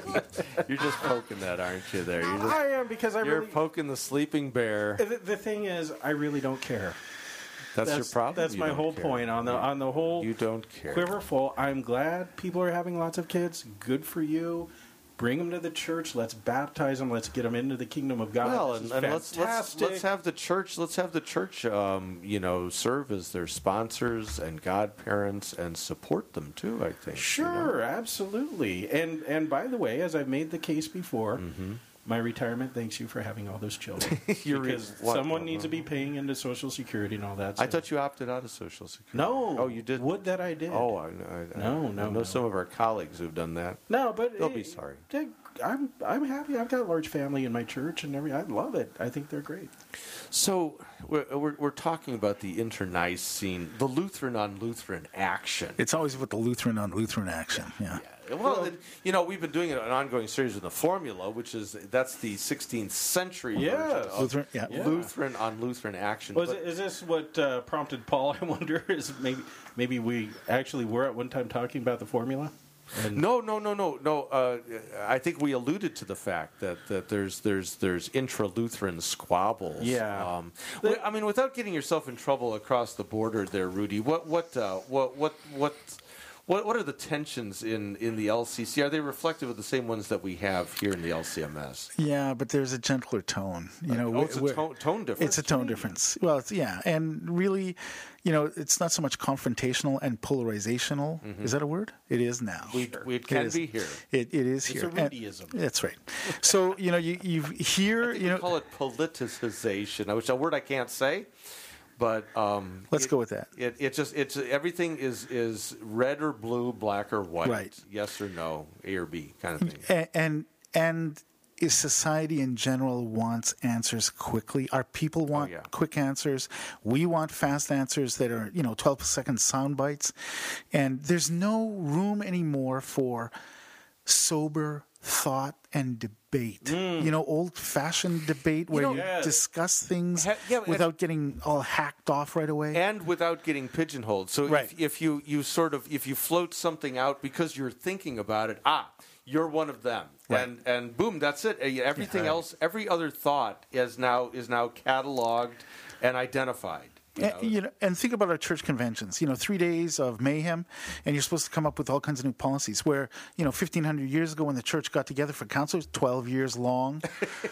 S2: you're just poking that, aren't you? There, you're just,
S1: I am because I
S2: you're
S1: really.
S2: poking the sleeping bear.
S1: The, the thing is, I really don't care.
S2: That's, your problem.
S1: That's
S2: You
S1: my
S2: don't
S1: whole
S2: care.
S1: point on the on the whole
S2: You don't care.
S1: quiverful. I'm glad people are having lots of kids. Good for you. Bring them to the church. Let's baptize them. Let's get them into the kingdom of God.
S2: Well,
S1: This
S2: and,
S1: is
S2: and let's, let's
S1: fantastic.
S2: let's have the church. Let's have the church. Um, you know, serve as their sponsors and godparents and support them too. I think.
S1: Sure, absolutely. And and by the way, as I've made the case before, my retirement thanks you for having all those children.
S2: Mm-hmm. You're-
S1: because
S2: what? Mm-hmm.
S1: someone needs to be paying into Social Security and all that.
S2: I
S1: stuff.
S2: thought you opted out of Social Security.
S1: no.
S2: Oh, you did.
S1: Would that I did?
S2: Oh, I, I, I-
S1: No,
S2: I
S1: no,
S2: know
S1: no.
S2: some of our colleagues who've done that.
S1: No, but
S2: They'll be sorry.
S1: eh, I'm I'm happy. I've got a large family in my church and every. I love it. I think they're great.
S2: So we're, we're, we're talking about the internice scene, the Lutheran on Lutheran action.
S3: It's always with the Lutheran on Lutheran action. Yeah.
S2: Well, it- you know, we've been doing an ongoing series with the formula, which is that's the 16th century
S1: Yes.
S2: version of
S3: Lutheran- yeah.
S1: Yeah.
S2: Lutheran on Lutheran action.
S1: Was
S2: But-
S1: it, is this what uh, prompted Paul? I wonder. Is maybe maybe we actually were at one time talking about the formula.
S2: No, no, no, no, no. Uh, I think we alluded to the fact that, that there's there's there's intra Lutheran squabbles.
S1: Yeah.
S2: Um, well, I mean, without getting yourself in trouble across the border, there, Rudy. What what uh, what what what. What, what are the tensions in, in the LCC? Are they reflective of the same ones that we have here in the LCMS?
S3: Yeah, but there's a gentler tone. You know,
S2: oh, it's a
S3: we're-
S2: tone- tone difference.
S3: It's a tone difference. Well, it's, yeah, and really, you know, it's not so much confrontational and polarizational. Is that a word? It is now.
S2: Mm-hmm. We, it can
S3: is.
S2: be here.
S3: It, it is
S1: It's
S3: here.
S1: a
S3: And-
S1: Rudyism.
S3: that's right. So you know, you you here, you
S2: We
S3: know,
S2: call it politicization, which is a word I can't say, but um,
S3: let's
S2: it-
S3: go with that.
S2: It, it just it's everything is is red or blue, black or white,
S3: Right.
S2: yes or no, A or B kind of thing.
S3: A- and and is society in general wants answers quickly our people want
S2: Oh, yeah.
S3: quick answers we want fast answers that are you know 12 second sound bites and there's no room anymore for sober thought and debate you know old fashioned debate where you,
S2: Mm. know- Yeah.
S3: discuss things
S2: Ha- yeah, but-
S3: without getting all hacked off right away
S2: And without getting pigeonholed. So
S3: Right.
S2: if, if you you sort of if you float something out because you're thinking about it, ah, you're one of them.
S3: Right.
S2: And and boom, that's it. Uh, Everything
S3: Yeah.
S2: else, every other thought is now is now cataloged and identified. you know?
S3: And, you know, and think about our church conventions. You know, three days of mayhem, and you're supposed to come up with all kinds of new policies. Where you know, 1,500 years ago, when the church got together for council, it was 12 years long.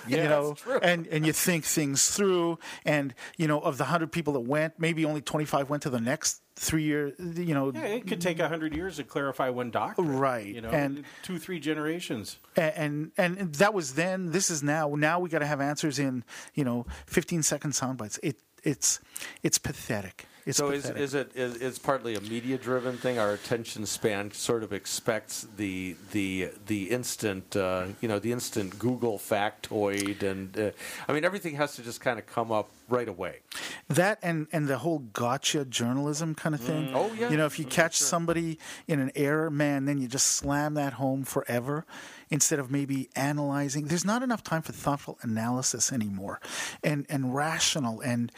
S3: yeah, you know, and and you think things through, and you know, of the hundred people that went, maybe only 25 went to the next three year. You know,
S1: Yeah, it could take hundred years to clarify one doctrine,
S3: Right,
S1: You know,
S3: and-
S1: two, three generations.
S3: A- and and that was then this is now now we got to have answers in you know 15 second sound bites it it's it's pathetic it's
S2: so is,
S3: pathetic.
S2: is it is it's partly a media driven thing? Our attention span sort of expects the the the instant uh, you know the instant Google factoid, and uh, I mean everything has to just kind of come up right away.
S3: That and and the whole gotcha journalism kind of thing.
S2: Oh, yeah.
S3: You know, if you catch somebody in an error, man, then you just slam that home forever instead of maybe analyzing. There's not enough time for thoughtful analysis anymore, and and rational and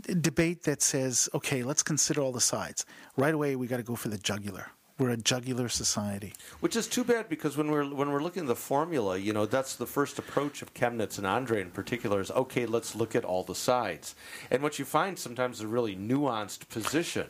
S3: d- debate that says, okay, let's consider all the sides. Right away, we got to go for the jugular. We're a jugular society.
S2: Which is too bad because when we're when we're looking at the formula, you know, that's the first approach of Chemnitz and Andre in particular is okay, let's look at all the sides. And what you find sometimes is a really nuanced position.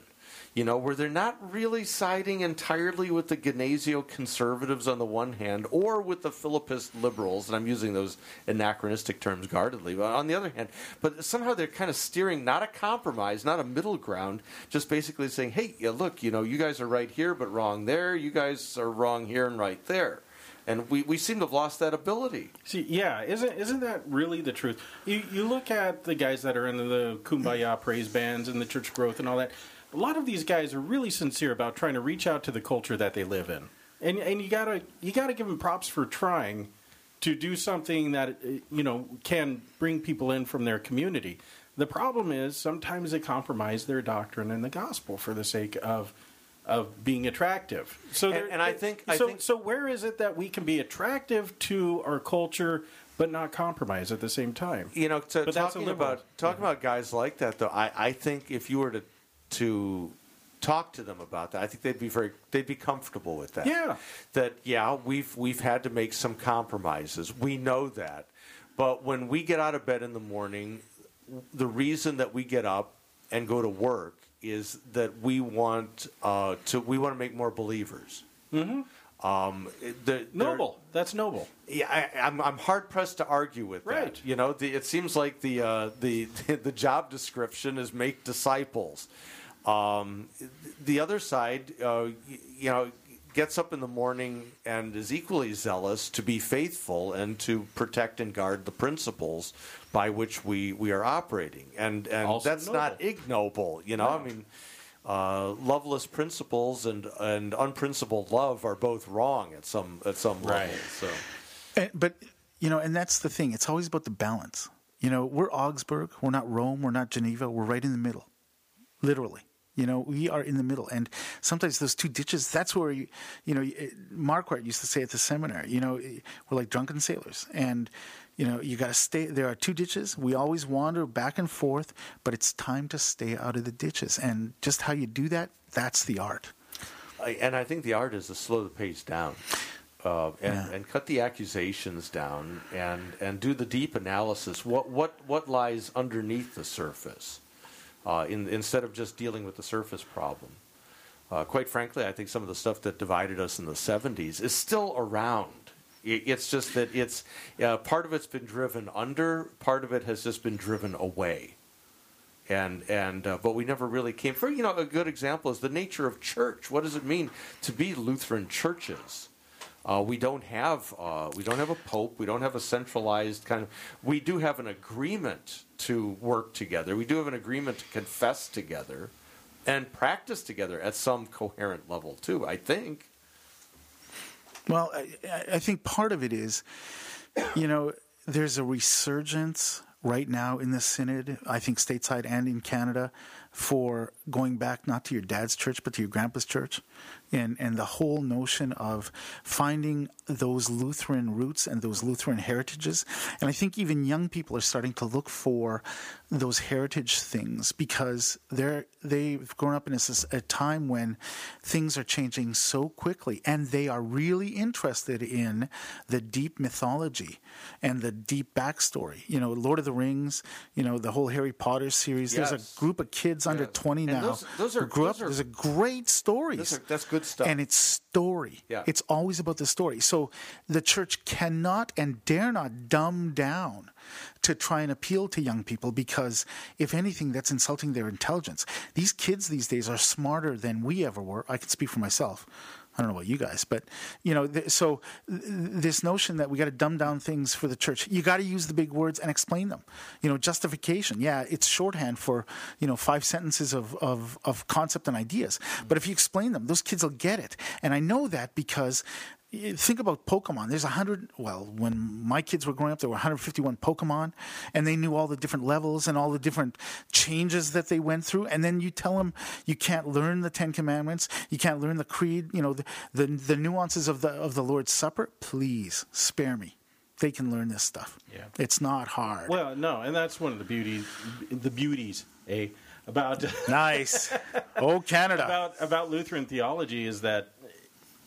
S2: you know, where they're not really siding entirely with the Gnasio conservatives on the one hand or with the Philippist liberals, and I'm using those anachronistic terms guardedly, but on the other hand, but somehow they're kind of steering not a compromise, not a middle ground, just basically saying, hey, yeah, look, you know, you guys are right here but wrong there, you guys are wrong here and right there. And we, we seem to have lost that ability.
S1: See, yeah, isn't isn't that really the truth? You you look at the guys that are in the kumbaya praise bands and the church growth and all that. A lot of these guys are really sincere about trying to reach out to the culture that they live in, and and you gotta you gotta give them props for trying to do something that uh, you know can bring people in from their community. The problem is sometimes they compromise their doctrine and the gospel for the sake of of being attractive. So,
S2: And-
S1: there-
S2: and I think- I
S1: so.
S2: think-
S1: so where is it that we can be attractive to our culture but not compromise at the same time?
S2: You know, to,
S1: But that's a
S2: talking
S1: liberal.
S2: about talking about guys like that, though, I, I think if you were to to talk to them about that, I think they'd be very they'd be comfortable with that.
S1: Yeah.
S2: That yeah, we've we've had to make some compromises. We know that, but when we get out of bed in the morning, the reason that we get up and go to work is that we want uh, to we want to make more believers.
S1: Mm-hmm.
S2: Um, it- the,
S1: Noble. That's noble.
S2: Yeah, I, I'm, I'm hard pressed to argue with that.
S1: Right.
S2: You know, the, it seems like the, uh, the the job description is make disciples. Um, the other side, uh, y- you know, gets up in the morning and is equally zealous to be faithful and to protect and guard the principles by which we, we are operating. And and
S1: Also
S2: that's not
S1: noble.
S2: ignoble. You know, I mean. Uh, loveless principles and, and unprincipled love are both wrong at some at some level. So
S3: And, but you know, and that's the thing. It's always about the balance. You know, we're Augsburg. We're not Rome. We're not Geneva. We're right in the middle, literally. You know, we are in the middle, and sometimes those two ditches. That's where you, you know, it- Marquardt used to say at the seminar. You know, eh, we're like drunken sailors, and you know, you got to stay. There are two ditches. We always wander back and forth, but it's time to stay out of the ditches. And just how you do that, that's the art.
S2: I, and I think the art is to slow the pace down, uh, and, and cut the accusations down, and and do the deep analysis. What what what lies underneath the surface, uh, in, instead of just dealing with the surface problem. Uh, quite frankly, I think some of the stuff that divided us in the '70s is still around. It- It's just that it's uh, part of it's been driven under, part of it has just been driven away and and uh, but we never really came for you know a good example is the nature of church what does it mean to be lutheran churches uh, we don't have uh, we don't have a pope we don't have a centralized kind of we do have an agreement to work together we do have an agreement to confess together and practice together at some coherent level too i think
S3: Well, I, I- I think part of it is, you know, there's a resurgence right now in the synod, I think stateside and in Canada, for going back not to your dad's church but to your grandpa's church, and and the whole notion of finding those Lutheran roots and those Lutheran heritages, and I think even young people are starting to look for those heritage things because they're they've grown up in a, s- a time when things are changing so quickly and they are really interested in the deep mythology and the deep backstory you know lord of the rings you know the whole harry potter series there's
S2: Yes.
S3: a group of kids under 20 now
S2: those- those are-
S3: who grew
S2: those
S3: up
S2: are-
S3: there's a great stories
S2: Those are- that's good stuff.
S3: and it's story
S2: Yeah.
S3: it's always about the story so the church cannot and dare not dumb down to try and appeal to young people because if anything that's insulting their intelligence these kids these days are smarter than we ever were i can speak for myself I don't know about you guys, but you know, th- so th- this notion that we got to dumb down things for the church, you got to use the big words and explain them. You know, justification, yeah, it's shorthand for you know five sentences of of, of concept and ideas, but if you explain them, those kids will get it. And I know that because you think about Pokemon. There's 100, well, when my kids were growing up, there were 151 Pokemon, and they knew all the different levels and all the different changes that they went through. And then you tell them you can't learn the Ten Commandments, you can't learn the Creed, you know, the, the, the nuances of the, of the Lord's Supper. Please spare me. They can learn this stuff.
S1: Yeah.
S3: It's not hard.
S1: Well, no, and that's one of the beauties, the beauties, eh, about
S3: nice. Oh, Canada.
S1: about about Lutheran theology is that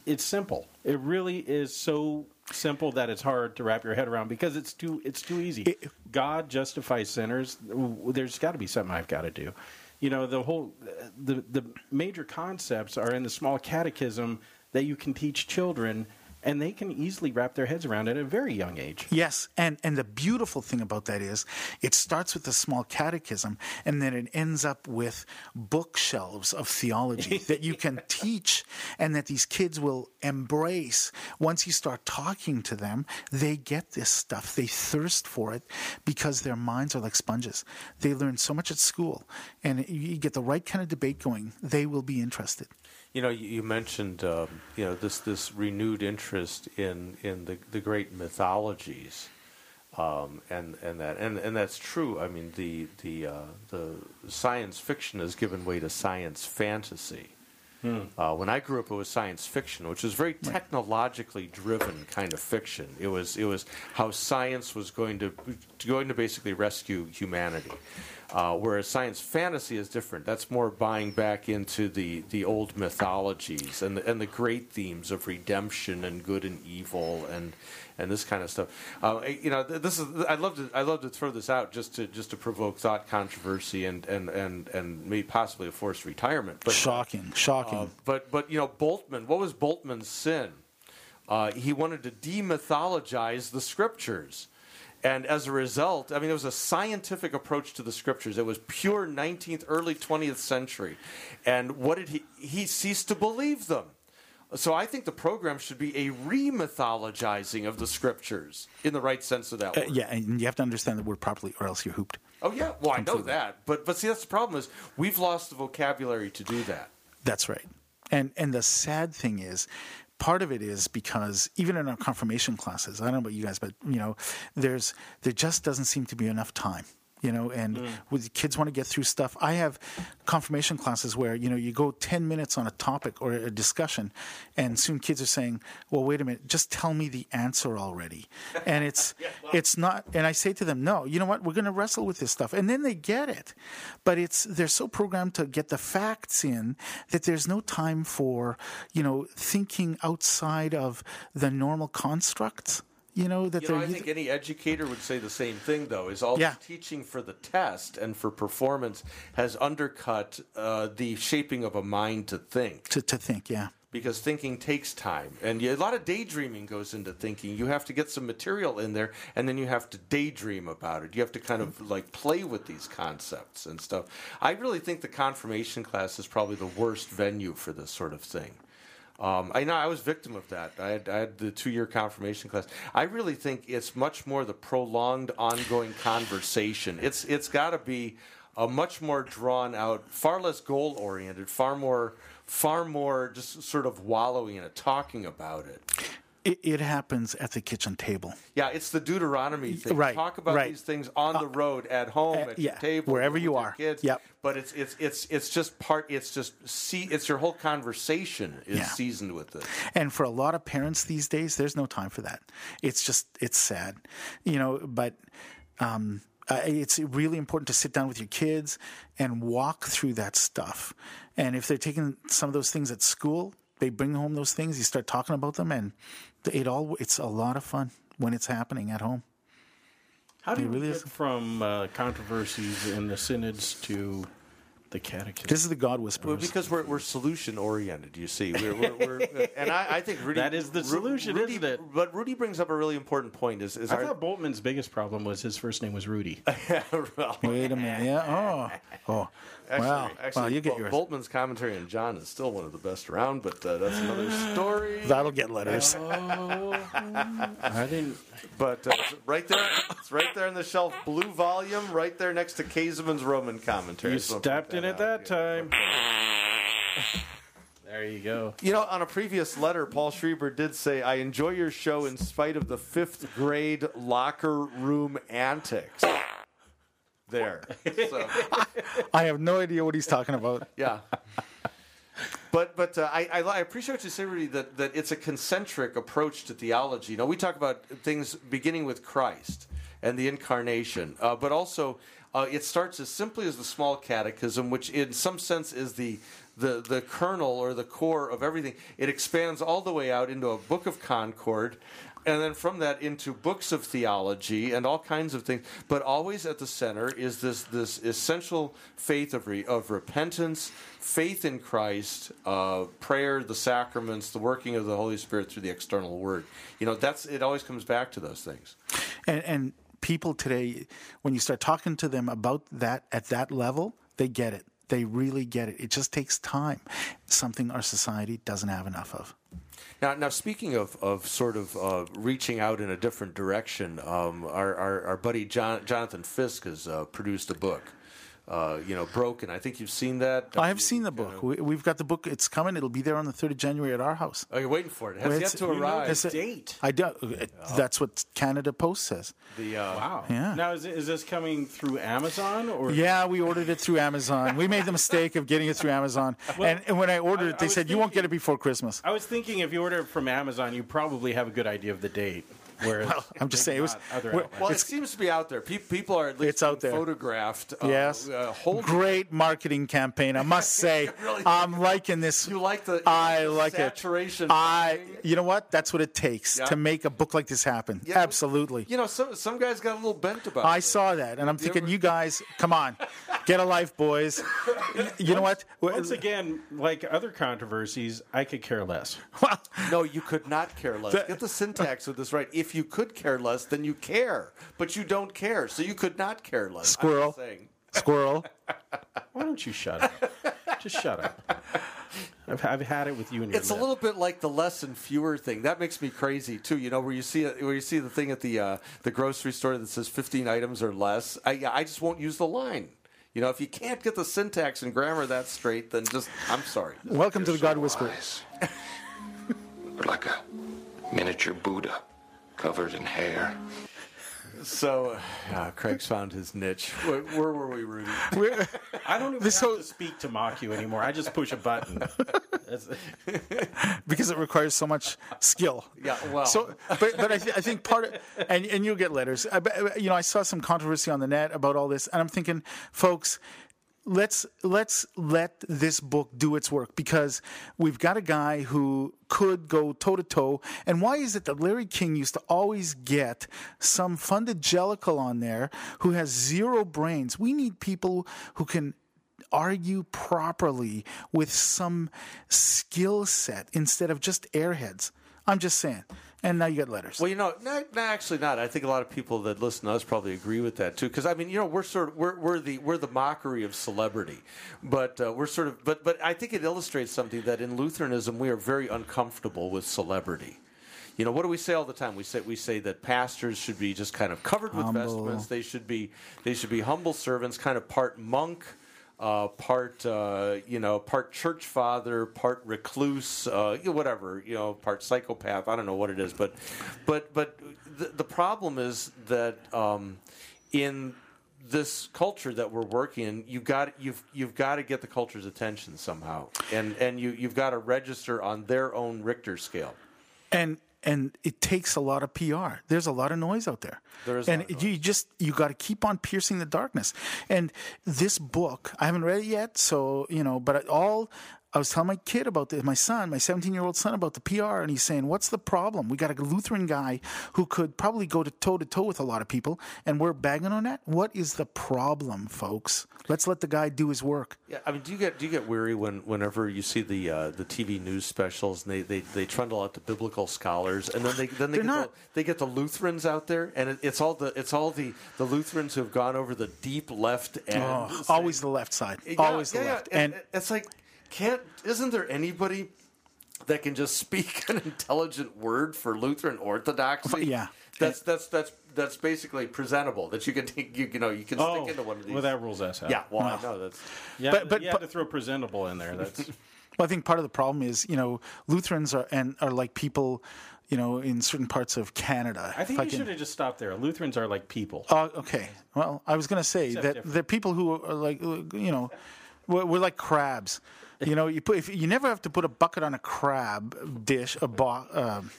S1: it's simple. It really is so simple that it's hard to wrap your head around because it's too it's too easy. God justifies sinners. There's got to be something I've got to do. You know, the whole the the major concepts are in the small catechism that you can teach children, and they can easily wrap their heads around it at a very young age.
S3: Yes, and and the beautiful thing about that is it starts with the small catechism and then it ends up with bookshelves of theology that you can teach and that these kids will embrace. Once you start talking to them, they get this stuff. They thirst for it because their minds are like sponges. They learn so much at school and you get the right kind of debate going, they will be interested.
S2: You know, you, you mentioned um, you know this this renewed interest in in the the great mythologies, um, and and that and and that's true. I mean, the the uh, the science fiction has given way to science fantasy.
S1: Hmm.
S2: Uh, when I grew up, it was science fiction, which was very technologically driven kind of fiction. It was it was how science was going to going to basically rescue humanity. Uh, whereas science fantasy is different. That's more buying back into the, the old mythologies and the, and the great themes of redemption and good and evil and and this kind of stuff. Uh, you know, th- this is I love to I love to throw this out just to just to provoke thought, controversy, and and and and maybe possibly a forced retirement. But
S3: shocking, shocking.
S2: uh, but but you know, Boltman. What was Boltman's sin? Uh, he wanted to demythologize the scriptures. And as a result, I mean, it was a scientific approach to the scriptures. It was pure 19th, early 20th century. And what did he? He ceased to believe them. So I think the program should be a re-mythologizing of the scriptures in the right sense of that
S3: Uh,
S2: word.
S3: yeah, and you have to understand the word properly, or else you're hooped.
S2: Oh yeah, well I know
S3: Completely.
S2: that, but but see that's the problem is we've lost the vocabulary to do that.
S3: That's right. And and the sad thing is, part of it is because even in our confirmation classes, I don't know about you guys, but you know, there's there just doesn't seem to be enough time. You know, and with kids want to get through stuff. I have confirmation classes where you know you go ten minutes on a topic or a discussion, and soon kids are saying, "Well, wait a minute, just tell me the answer already." And it's it's not. And I say to them, "No, you know what? We're going to wrestle with this stuff," and then they get it. But it's they're so programmed to get the facts in that there's no time for you know thinking outside of the normal constructs. You know that
S2: You know,
S3: they're
S2: I
S3: using-
S2: think any educator would say the same thing, though, is all
S3: Yeah.
S2: the teaching for the test and for performance has undercut uh, the shaping of a mind to think.
S3: to to think. Yeah.
S2: Because thinking takes time, and you, a lot of daydreaming goes into thinking. You have to get some material in there, and then you have to daydream about it. You have to kind of like play with these concepts and stuff. I really think the confirmation class is probably the worst venue for this sort of thing. Um, I know I was victim of that. I had, I had the two-year confirmation class. I really think it's much more the prolonged, ongoing conversation. It's it's got to be a much more drawn-out, far less goal-oriented, far more far more just sort of wallowing in it, talking about it.
S3: It, it happens at the kitchen table.
S2: Yeah, it's the Deuteronomy thing.
S3: Right,
S2: Talk about
S3: right. Uh,
S2: these things on the road, at home, at your
S3: yeah,
S2: table,
S3: wherever you
S2: with your
S3: are.
S2: Kids.
S3: Yep.
S2: But it's it's it's it's just part. It's just see. It's your whole conversation is
S3: Yeah.
S2: seasoned with this.
S3: And for a lot of parents these days, there's no time for that. It's just it's sad, you know. But um, uh, it's really important to sit down with your kids and walk through that stuff. And if they're taking some of those things at school, they bring home those things. You start talking about them, and it all it's a lot of fun when it's happening at home.
S1: How do
S3: It
S1: you
S3: really
S1: get
S3: is.
S1: from uh, controversies in the synods to the catechism?
S3: This is the God Whisperer.
S2: Well, because we're, we're solution oriented, you see. We're, we're, we're, and I, I think Rudy
S1: That is the
S2: Ru-
S1: solution,
S2: Rudy,
S1: isn't it?
S2: But Rudy brings up a really important point. Is, is
S1: I
S2: our-
S1: thought Boltman's biggest problem was his first name was Rudy.
S3: Wait a minute. Yeah. Oh. Oh.
S2: Actually,
S3: wow.
S2: actually,
S3: wow. You get
S2: Bol-
S3: yours.
S2: Boltman's commentary on John is still one of the best around, but uh, that's another story.
S3: That'll get letters.
S2: I didn't. But uh, it's right there, it's right there on the shelf, blue volume, right there next to Kazeman's Roman commentary.
S1: you
S2: So I'll
S1: stepped
S2: point
S1: in
S2: that
S1: at
S2: out.
S1: that time. there you go.
S2: You know, on a previous letter, Paul Schreiber did say, I enjoy your show in spite of the fifth grade locker room antics. There. So,
S3: I have no idea what he's talking about.
S2: yeah. But but uh, I, I, li- I appreciate what you say, Rudy, that, that it's a concentric approach to theology. You know, we talk about things beginning with Christ and the incarnation, uh, but also uh, it starts as simply as the small catechism, which in some sense is the the, the kernel or the core of everything. It expands all the way out into a book of Concord and then from that into books of theology and all kinds of things. But always at the center is this this essential faith of re, of repentance, faith in Christ, uh, prayer, the sacraments, the working of the Holy Spirit through the external Word. You know, that's it. Always comes back to those things.
S3: And, and people today, when you start talking to them about that at that level, they get it. They really get it. It just takes time. Something our society doesn't have enough of.
S2: Now, now speaking of, of sort of uh, reaching out in a different direction, um, our, our, our buddy John, Jonathan Fisk has uh, produced a book. Uh, you know, broken. I think you've seen that.
S3: I have seen the book. We, we've got the book. It's coming. It'll be there on the third of January at our house.
S2: Oh, you're waiting for it. It
S3: Well,
S2: has yet
S3: it's-
S2: to
S3: you know
S2: arrive.
S3: it's a- I do. it- That's what Canada Post says.
S2: The, uh,
S1: wow.
S3: Yeah.
S1: Now is, is this coming through Amazon or?
S3: Yeah, we ordered it through Amazon. We made the mistake of getting it through Amazon.
S1: Well,
S3: and, and when I ordered it, they
S1: was
S3: said, you won't get it before Christmas.
S1: I was thinking if you order it from Amazon, you probably have a good idea of the date. Whereas
S3: I'm just saying it was-
S1: not other
S3: we're-
S1: outlets.
S2: Well, it seems to be out there. Pe- People are at least
S3: It's out
S2: being
S3: there.
S2: photographed. Uh,
S3: yes.
S2: uh, hold
S3: Great marketing campaign, I must say.
S2: Really?
S3: I'm liking this.
S2: You like the
S3: I
S2: the
S3: like
S2: saturation
S3: it. I, you know what? That's what it takes
S2: Yeah.
S3: to make a book like this happen.
S2: Yeah.
S3: Absolutely.
S2: You know, some some guys got a little bent about.
S3: I
S2: it.
S3: saw that, and I'm
S2: You
S3: thinking, you guys, come on, get a life, boys. Y- You know what?
S1: Once again, like other controversies, I could care less.
S2: No, you could not care less. Get the syntax of this right. If you could care less, then you care, but you don't care, so you could not care less. I'm
S3: Squirrel.
S2: just saying.
S3: Squirrel.
S1: Why don't you shut up? Just shut up. I've, I've had it with you and your
S2: It's a little bit like the less and fewer thing. That makes me crazy too. You know, where you see where you see the thing at the uh, the grocery store that says fifteen items or less. I I just won't use the line. You know, if you can't get the syntax and grammar that straight, then just I'm sorry.
S3: Welcome to the God Whisperer.
S10: But like a miniature Buddha, covered in hair.
S2: So, uh, Craig's found his niche. Where, where were we, Rudy?
S1: I don't even have to speak to mock you anymore. I just push a button. That's-
S3: because it requires so much skill.
S2: Yeah, well.
S3: So, but, but I, th- I think part of, and, and you'll get letters. I, bet- you know, I saw some controversy on the net about all this, and I'm thinking, folks, let's let's let this book do its work because we've got a guy who could go toe to toe. And why is it that Larry King used to always get some fundagelical on there who has zero brains? We need people who can argue properly with some skill set instead of just airheads. I'm just saying. And now you got letters.
S2: Well, you know, no, no, actually not. I think a lot of people that listen to us probably agree with that too. Because I mean, you know, we're sort of we're, we're the we're the mockery of celebrity, but uh, we're sort of but but I think it illustrates something that in Lutheranism we are very uncomfortable with celebrity. You know, what do we say all the time? We say we say that pastors should be just kind of covered with
S3: Humble.
S2: vestments. They should be they should be humble servants, kind of part monk. Uh, part uh, you know, part church father, part recluse, uh, you know, whatever you know, part psychopath. I don't know what it is, but but but the, the problem is that um, in this culture that we're working in, you got you've you've got to get the culture's attention somehow, and and you you've got to register on their own Richter scale.
S3: and and it takes a lot of PR. There's a lot of noise out there.
S2: There is a
S3: and
S2: lot of
S3: you just you got to keep on piercing the darkness. And this book, I haven't read it yet, so you know. But I- all I was telling my kid about this, my son, my 17 year old son, about the PR, and he's saying, "What's the problem? We got a Lutheran guy who could probably go to toe to toe with a lot of people, and we're bagging on that. What is the problem, folks? Let's let the guy do his work."
S2: Yeah, I mean, do you get do you get weary when whenever you see the uh, the TV news specials and they, they, they trundle out the biblical scholars and then they then they
S3: They're
S2: get
S3: not-
S2: the, they get the Lutherans out there and it, it's all the it's all the, the Lutherans who have gone over the deep left and
S3: Oh, always the left side.
S2: Yeah,
S3: always the
S2: yeah, yeah.
S3: left.
S2: And, it's like can't isn't there anybody that can just speak an intelligent word for Lutheran orthodoxy?
S3: Yeah.
S2: That's that's that's that's basically presentable that you can take, you, you know you can
S3: Oh,
S2: stick into one of these.
S1: well, Oh, that rules us out.
S2: Yeah, well, I
S3: No.
S2: know that's
S1: Yeah,
S3: But-
S1: but,
S3: but-
S1: you
S3: but-
S1: had to throw presentable in there. That's
S3: Well, I think part of the problem is, you know, Lutherans are and are like people, you know, in certain parts of Canada.
S1: I think
S3: If
S1: you
S3: can-
S1: should have just stopped there. Lutherans are like people.
S3: Oh, okay. Well, I was going to say
S1: Except
S3: that
S1: different.
S3: the people who are like, uh, you know, we're, we're like crabs. You know, you put if, you never have to put a bucket on a crab dish, a, bo- um,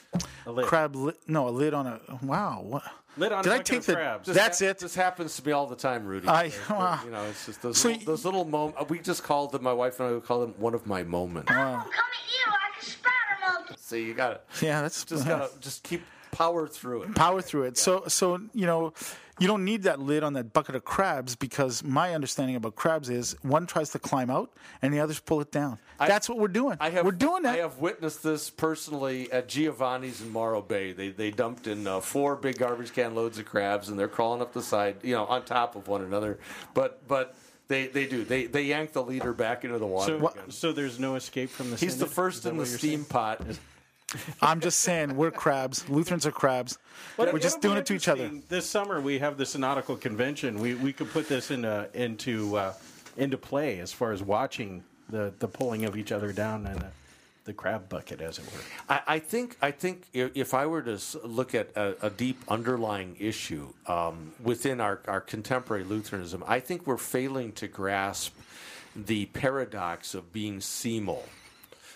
S1: lid.
S3: crab li- no, a lid on a wow. What?
S1: Lid on
S3: Did
S1: a
S3: I
S1: bucket
S3: take
S1: of
S3: the?
S1: crabs. Just
S3: That's it.
S2: This happens to me all the time, Rudy.
S3: I-
S2: So,
S3: wow.
S2: you know, it's just those,
S3: So
S2: little,
S3: y-
S2: those little moments. We just called them. My wife and I would call them one of my moments.
S3: Wow.
S2: So you got to
S3: Yeah, that's
S2: just gotta just keep power through it.
S3: Power through it. So so you know, you don't need that lid on that bucket of crabs because my understanding about crabs is one tries to climb out and the others pull it down. That's what we're doing.
S2: I have,
S3: we're doing
S2: I
S3: that.
S2: have witnessed this personally at Giovanni's in Morrow Bay. They they dumped in uh, four big garbage can loads of crabs, and they're crawling up the side, you know, on top of one another. But but they, they do. They they yank the leader back into the water.
S1: So,
S2: again.
S1: so there's no escape from the.
S2: He's the
S1: Senate? Is
S2: first
S1: that
S2: in the
S1: what you're
S2: steam
S1: saying?
S2: pot.
S3: I'm just saying we're crabs. Lutherans are crabs.
S1: But
S3: we're just
S1: it'll be
S3: doing it to each other.
S1: interesting. This summer we have the Synodical Convention. We we could put this in a, into uh, into play as far as watching the, the pulling of each other down and the, the crab bucket, as it were.
S2: I, I think I think i- if I were to s- look at a, a deep underlying issue um, within our, our contemporary Lutheranism, I think we're failing to grasp the paradox of being semal.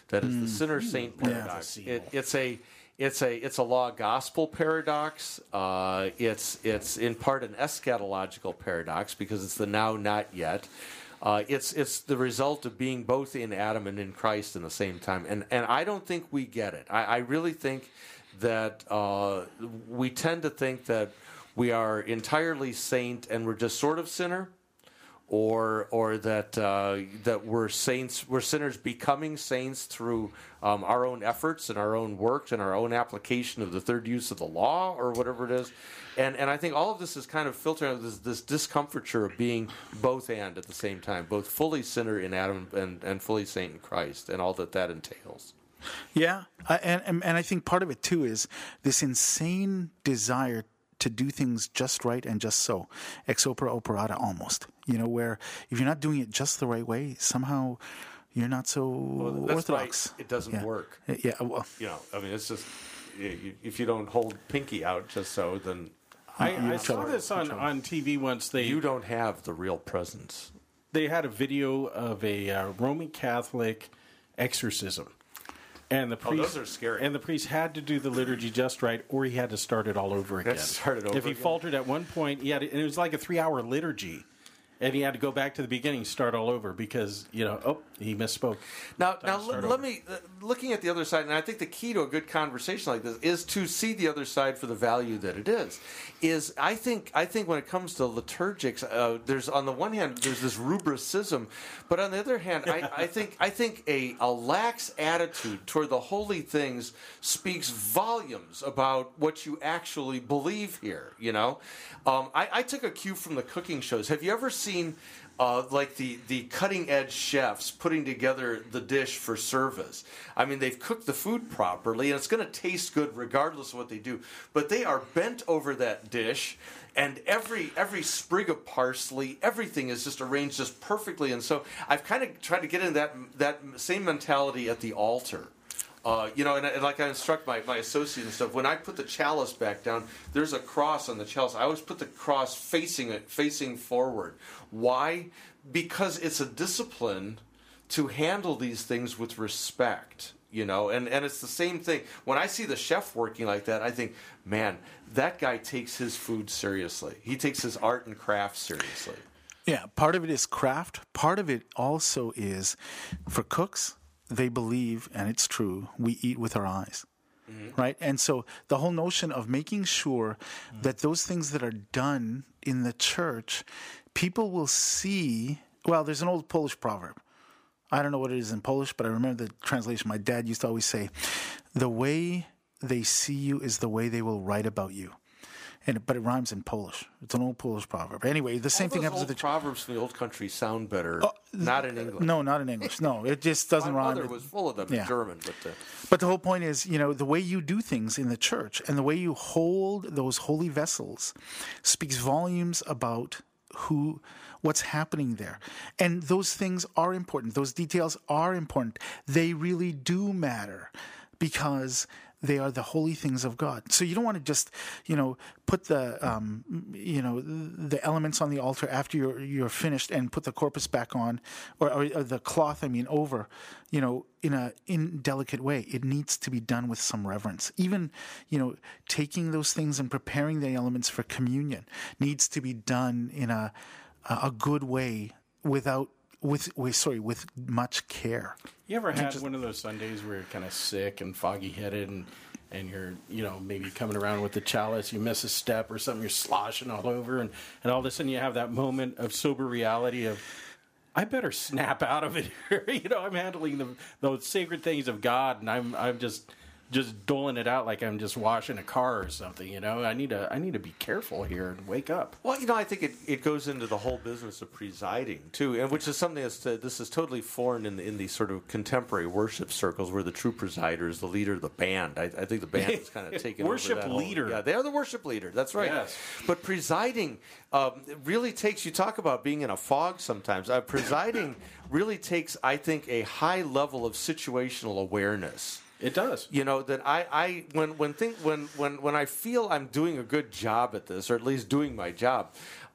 S2: That is the sinner saint
S1: Yeah.
S2: paradox. It, Mm. it's a it's a it's a law gospel paradox. Uh, it's it's in part an eschatological paradox because it's the now not yet. Uh, it's it's the result of being both in Adam and in Christ in the same time, and and I don't think we get it. I, I really think that uh, we tend to think that we are entirely saint and we're just sort of sinner, or or that uh, that we're saints, we're sinners becoming saints through um, our own efforts and our own works and our own application of the third use of the law or whatever it is. And and I think all of this is kind of filtering out this, this discomfiture of being both and at the same time, both fully sinner in Adam and, and fully saint in Christ, and all that that entails.
S3: Yeah, I, and, and and I think part of it too is this insane desire to do things just right and just so, ex opera operata almost. You know, where if you're not doing it just the right way, somehow you're not so
S2: That's why
S3: orthodox.
S2: it doesn't
S3: Yeah.
S2: work.
S3: Yeah, well,
S2: You know, I mean, it's just y- y- if you don't hold pinky out just so, then
S1: I, I saw this on, on TV once. They
S2: you don't have the real presence.
S1: they had a video of a uh, Roman Catholic exorcism, and the
S2: Oh,
S1: priest
S2: those are scary.
S1: And the priest had to do the liturgy just right, or he had to start it all over again.
S2: start it over
S1: If he
S2: again.
S1: faltered at one point, he had to, and it was like a three-hour liturgy, and he had to go back to the beginning, start all over because you know, oh, he misspoke.
S2: Now,
S1: Time
S2: now
S1: to
S2: l-
S1: start
S2: let me uh, looking at the other side, and I think the key to a good conversation like this is to see the other side for the value that it is. Is I think I think when it comes to liturgics, uh, there's on the one hand there's this rubricism, but on the other hand, I, I think I think a, a lax attitude toward the holy things speaks volumes about what you actually believe here. You know, um, I, I took a cue from the cooking shows. Have you ever seen? uh, like the, the cutting edge chefs putting together the dish for service. I mean, they've cooked the food properly and it's going to taste good regardless of what they do. But they are bent over that dish and every every sprig of parsley, everything is just arranged just perfectly. And so I've kind of tried to get in that, that same mentality at the altar. Uh, you know, and, I- and like I instruct my, my associates and stuff, when I put the chalice back down, there's a cross on the chalice. I always put the cross facing it, facing forward. Why? Because it's a discipline to handle these things with respect. You know, and, and it's the same thing. When I see the chef working like that, I think, man, that guy takes his food seriously. He takes his art and craft seriously.
S3: Yeah, part of it is craft. Part of it also is for cooks, they believe, and it's true, we eat with our eyes.
S2: Mm-hmm.
S3: Right? And so the whole notion of making sure
S2: Mm-hmm.
S3: that those things that are done in the church, people will see. Well, there's an old Polish proverb. I don't know what it is in Polish, but I remember the translation. My dad used to always say, The way they see you is the way they will write about you. And, but it rhymes in Polish. It's an old Polish proverb. Anyway, the same
S2: All
S3: thing
S2: those
S3: happens
S2: old
S3: with the Oh,
S2: proverbs from the old country sound better, not in English.
S3: no, not in English. No, it just doesn't
S2: My
S3: rhyme.
S2: mother
S3: It-
S2: was full of them
S3: Yeah.
S2: in German, but. Uh,
S3: But the whole point is, you know, the way you do things in the church and the way you hold those holy vessels speaks volumes about who what's happening there. And those things are important. Those details are important. They really do matter because they are the holy things of God. So you don't want to just, you know, put the, um, you know, the elements on the altar after you're you're finished and put the corpus back on, or, or, or the cloth, I mean, over, you know, in a indelicate way. It needs to be done with some reverence. Even, you know, taking those things and preparing the elements for communion needs to be done in a a a good way without with, with sorry with much care.
S1: You ever
S3: Not
S1: had
S3: just-
S1: one of those Sundays where you're kind of sick and foggy headed and and you're you know maybe coming around with the chalice you miss a step or something you're sloshing all over and, and all of a sudden you have that moment of sober reality of i better snap out of it here you know i'm handling the those sacred things of god and i'm i'm just just doling it out like i'm just washing a car or something you know i need to i need to be careful here and wake up
S2: Well, you know, I think it, it goes into the whole business of presiding too, and which is something that's uh, this is totally foreign in the, in these sort of contemporary worship circles, where the true presider is the leader of the band. I, I think the band is kind of taken
S1: Worship
S2: over that whole-
S1: leader.
S2: yeah, they are the worship leader. That's right.
S1: Yes.
S2: But presiding um, it really takes. You talk about being in a fog sometimes. Uh, presiding really takes, I think, a high level of situational awareness.
S1: It does.
S2: You know that I, I when when think when when when I feel I'm doing a good job at this, or at least doing my job.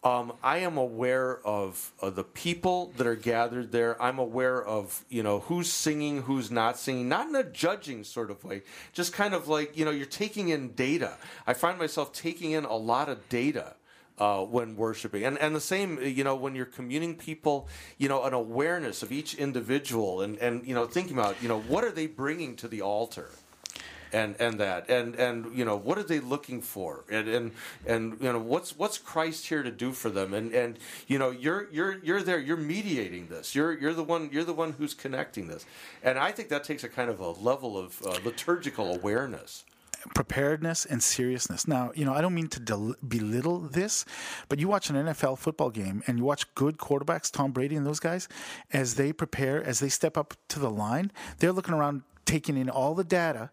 S2: Um, I am aware of, of the people that are gathered there. I'm aware of you know who's singing, who's not singing, not in a judging sort of way, just kind of like you know you're taking in data. I find myself taking in a lot of data uh, when worshiping. And and the same, you know, when you're communing people, you know, an awareness of each individual, and and you know, thinking about, you know, what are they bringing to the altar, and and that, and and you know, what are they looking for, and and and you know, what's what's Christ here to do for them, and and you know, you're you're you're there, you're mediating this, you're you're the one you're the one who's connecting this, and I think that takes a kind of a level of uh, liturgical awareness.
S3: preparedness and seriousness. Now, you know, I don't mean to del- belittle this, but you watch an NFL football game and you watch good quarterbacks, Tom Brady and those guys, as they prepare, as they step up to the line, they're looking around, taking in all the data,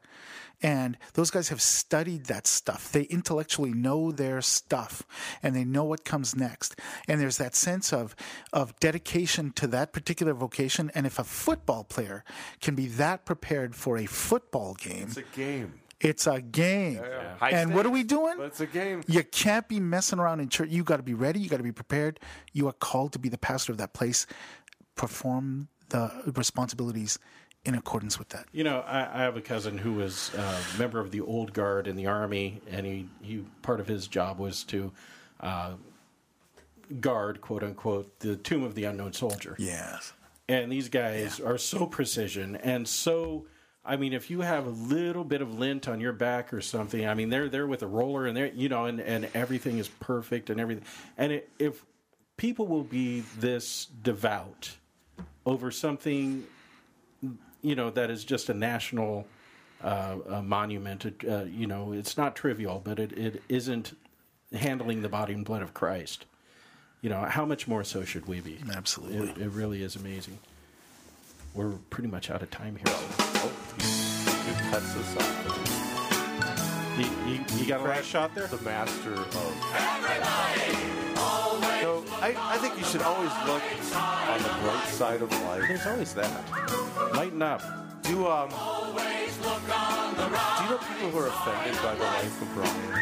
S3: and those guys have studied that stuff. They intellectually know their stuff and they know what comes next. And there's that sense of of dedication to that particular vocation. And if a football player can be that prepared for a football game,
S2: It's a game.
S3: it's a game.
S2: Yeah. High
S3: And what are
S2: stakes,
S3: we doing?
S2: but it's a game.
S3: You can't be messing around in church. You got to be ready. You got to be prepared. You are called to be the pastor of that place. Perform the responsibilities in accordance with that.
S1: You know, I, I have a cousin who was uh, a member of the old guard in the army, and he, he part of his job was to uh, guard, quote unquote, the tomb of the unknown soldier.
S3: Yes.
S1: And these guys are so precision and so. I mean, if you have a little bit of lint on your back or something, I mean, they're there with a roller and they're, you know, and, and everything is perfect and everything. And it, if people will be this devout over something you know that is just a national uh, a monument. It, uh, you know, it's not trivial, but it, it isn't handling the body and blood of Christ. You know, how much more so should we be?
S3: Absolutely,
S1: it, it really is amazing. We're pretty much out of time here. You, you, you got a last shot there?
S2: The master of. So I, I think you should always look on the bright side of life. There's always that.
S1: Lighten up.
S2: Do um. Do you know people who are offended by the life of Brian?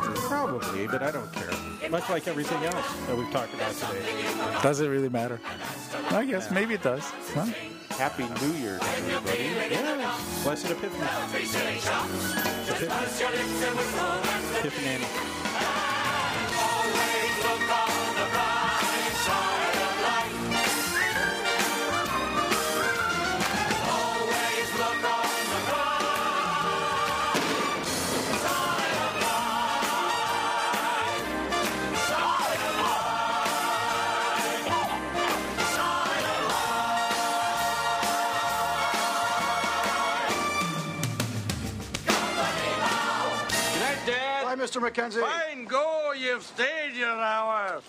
S1: uh, Probably, but I don't care. Much like everything else that we've talked about today.
S3: Does it really matter? I guess maybe it does. Huh?
S2: Happy New Year to everybody.
S1: Yeah. Blessed Epiphany. Epiphany.
S11: Good night, Dad. Hi, Mr. McKenzie. Fine go. You've stayed an hour.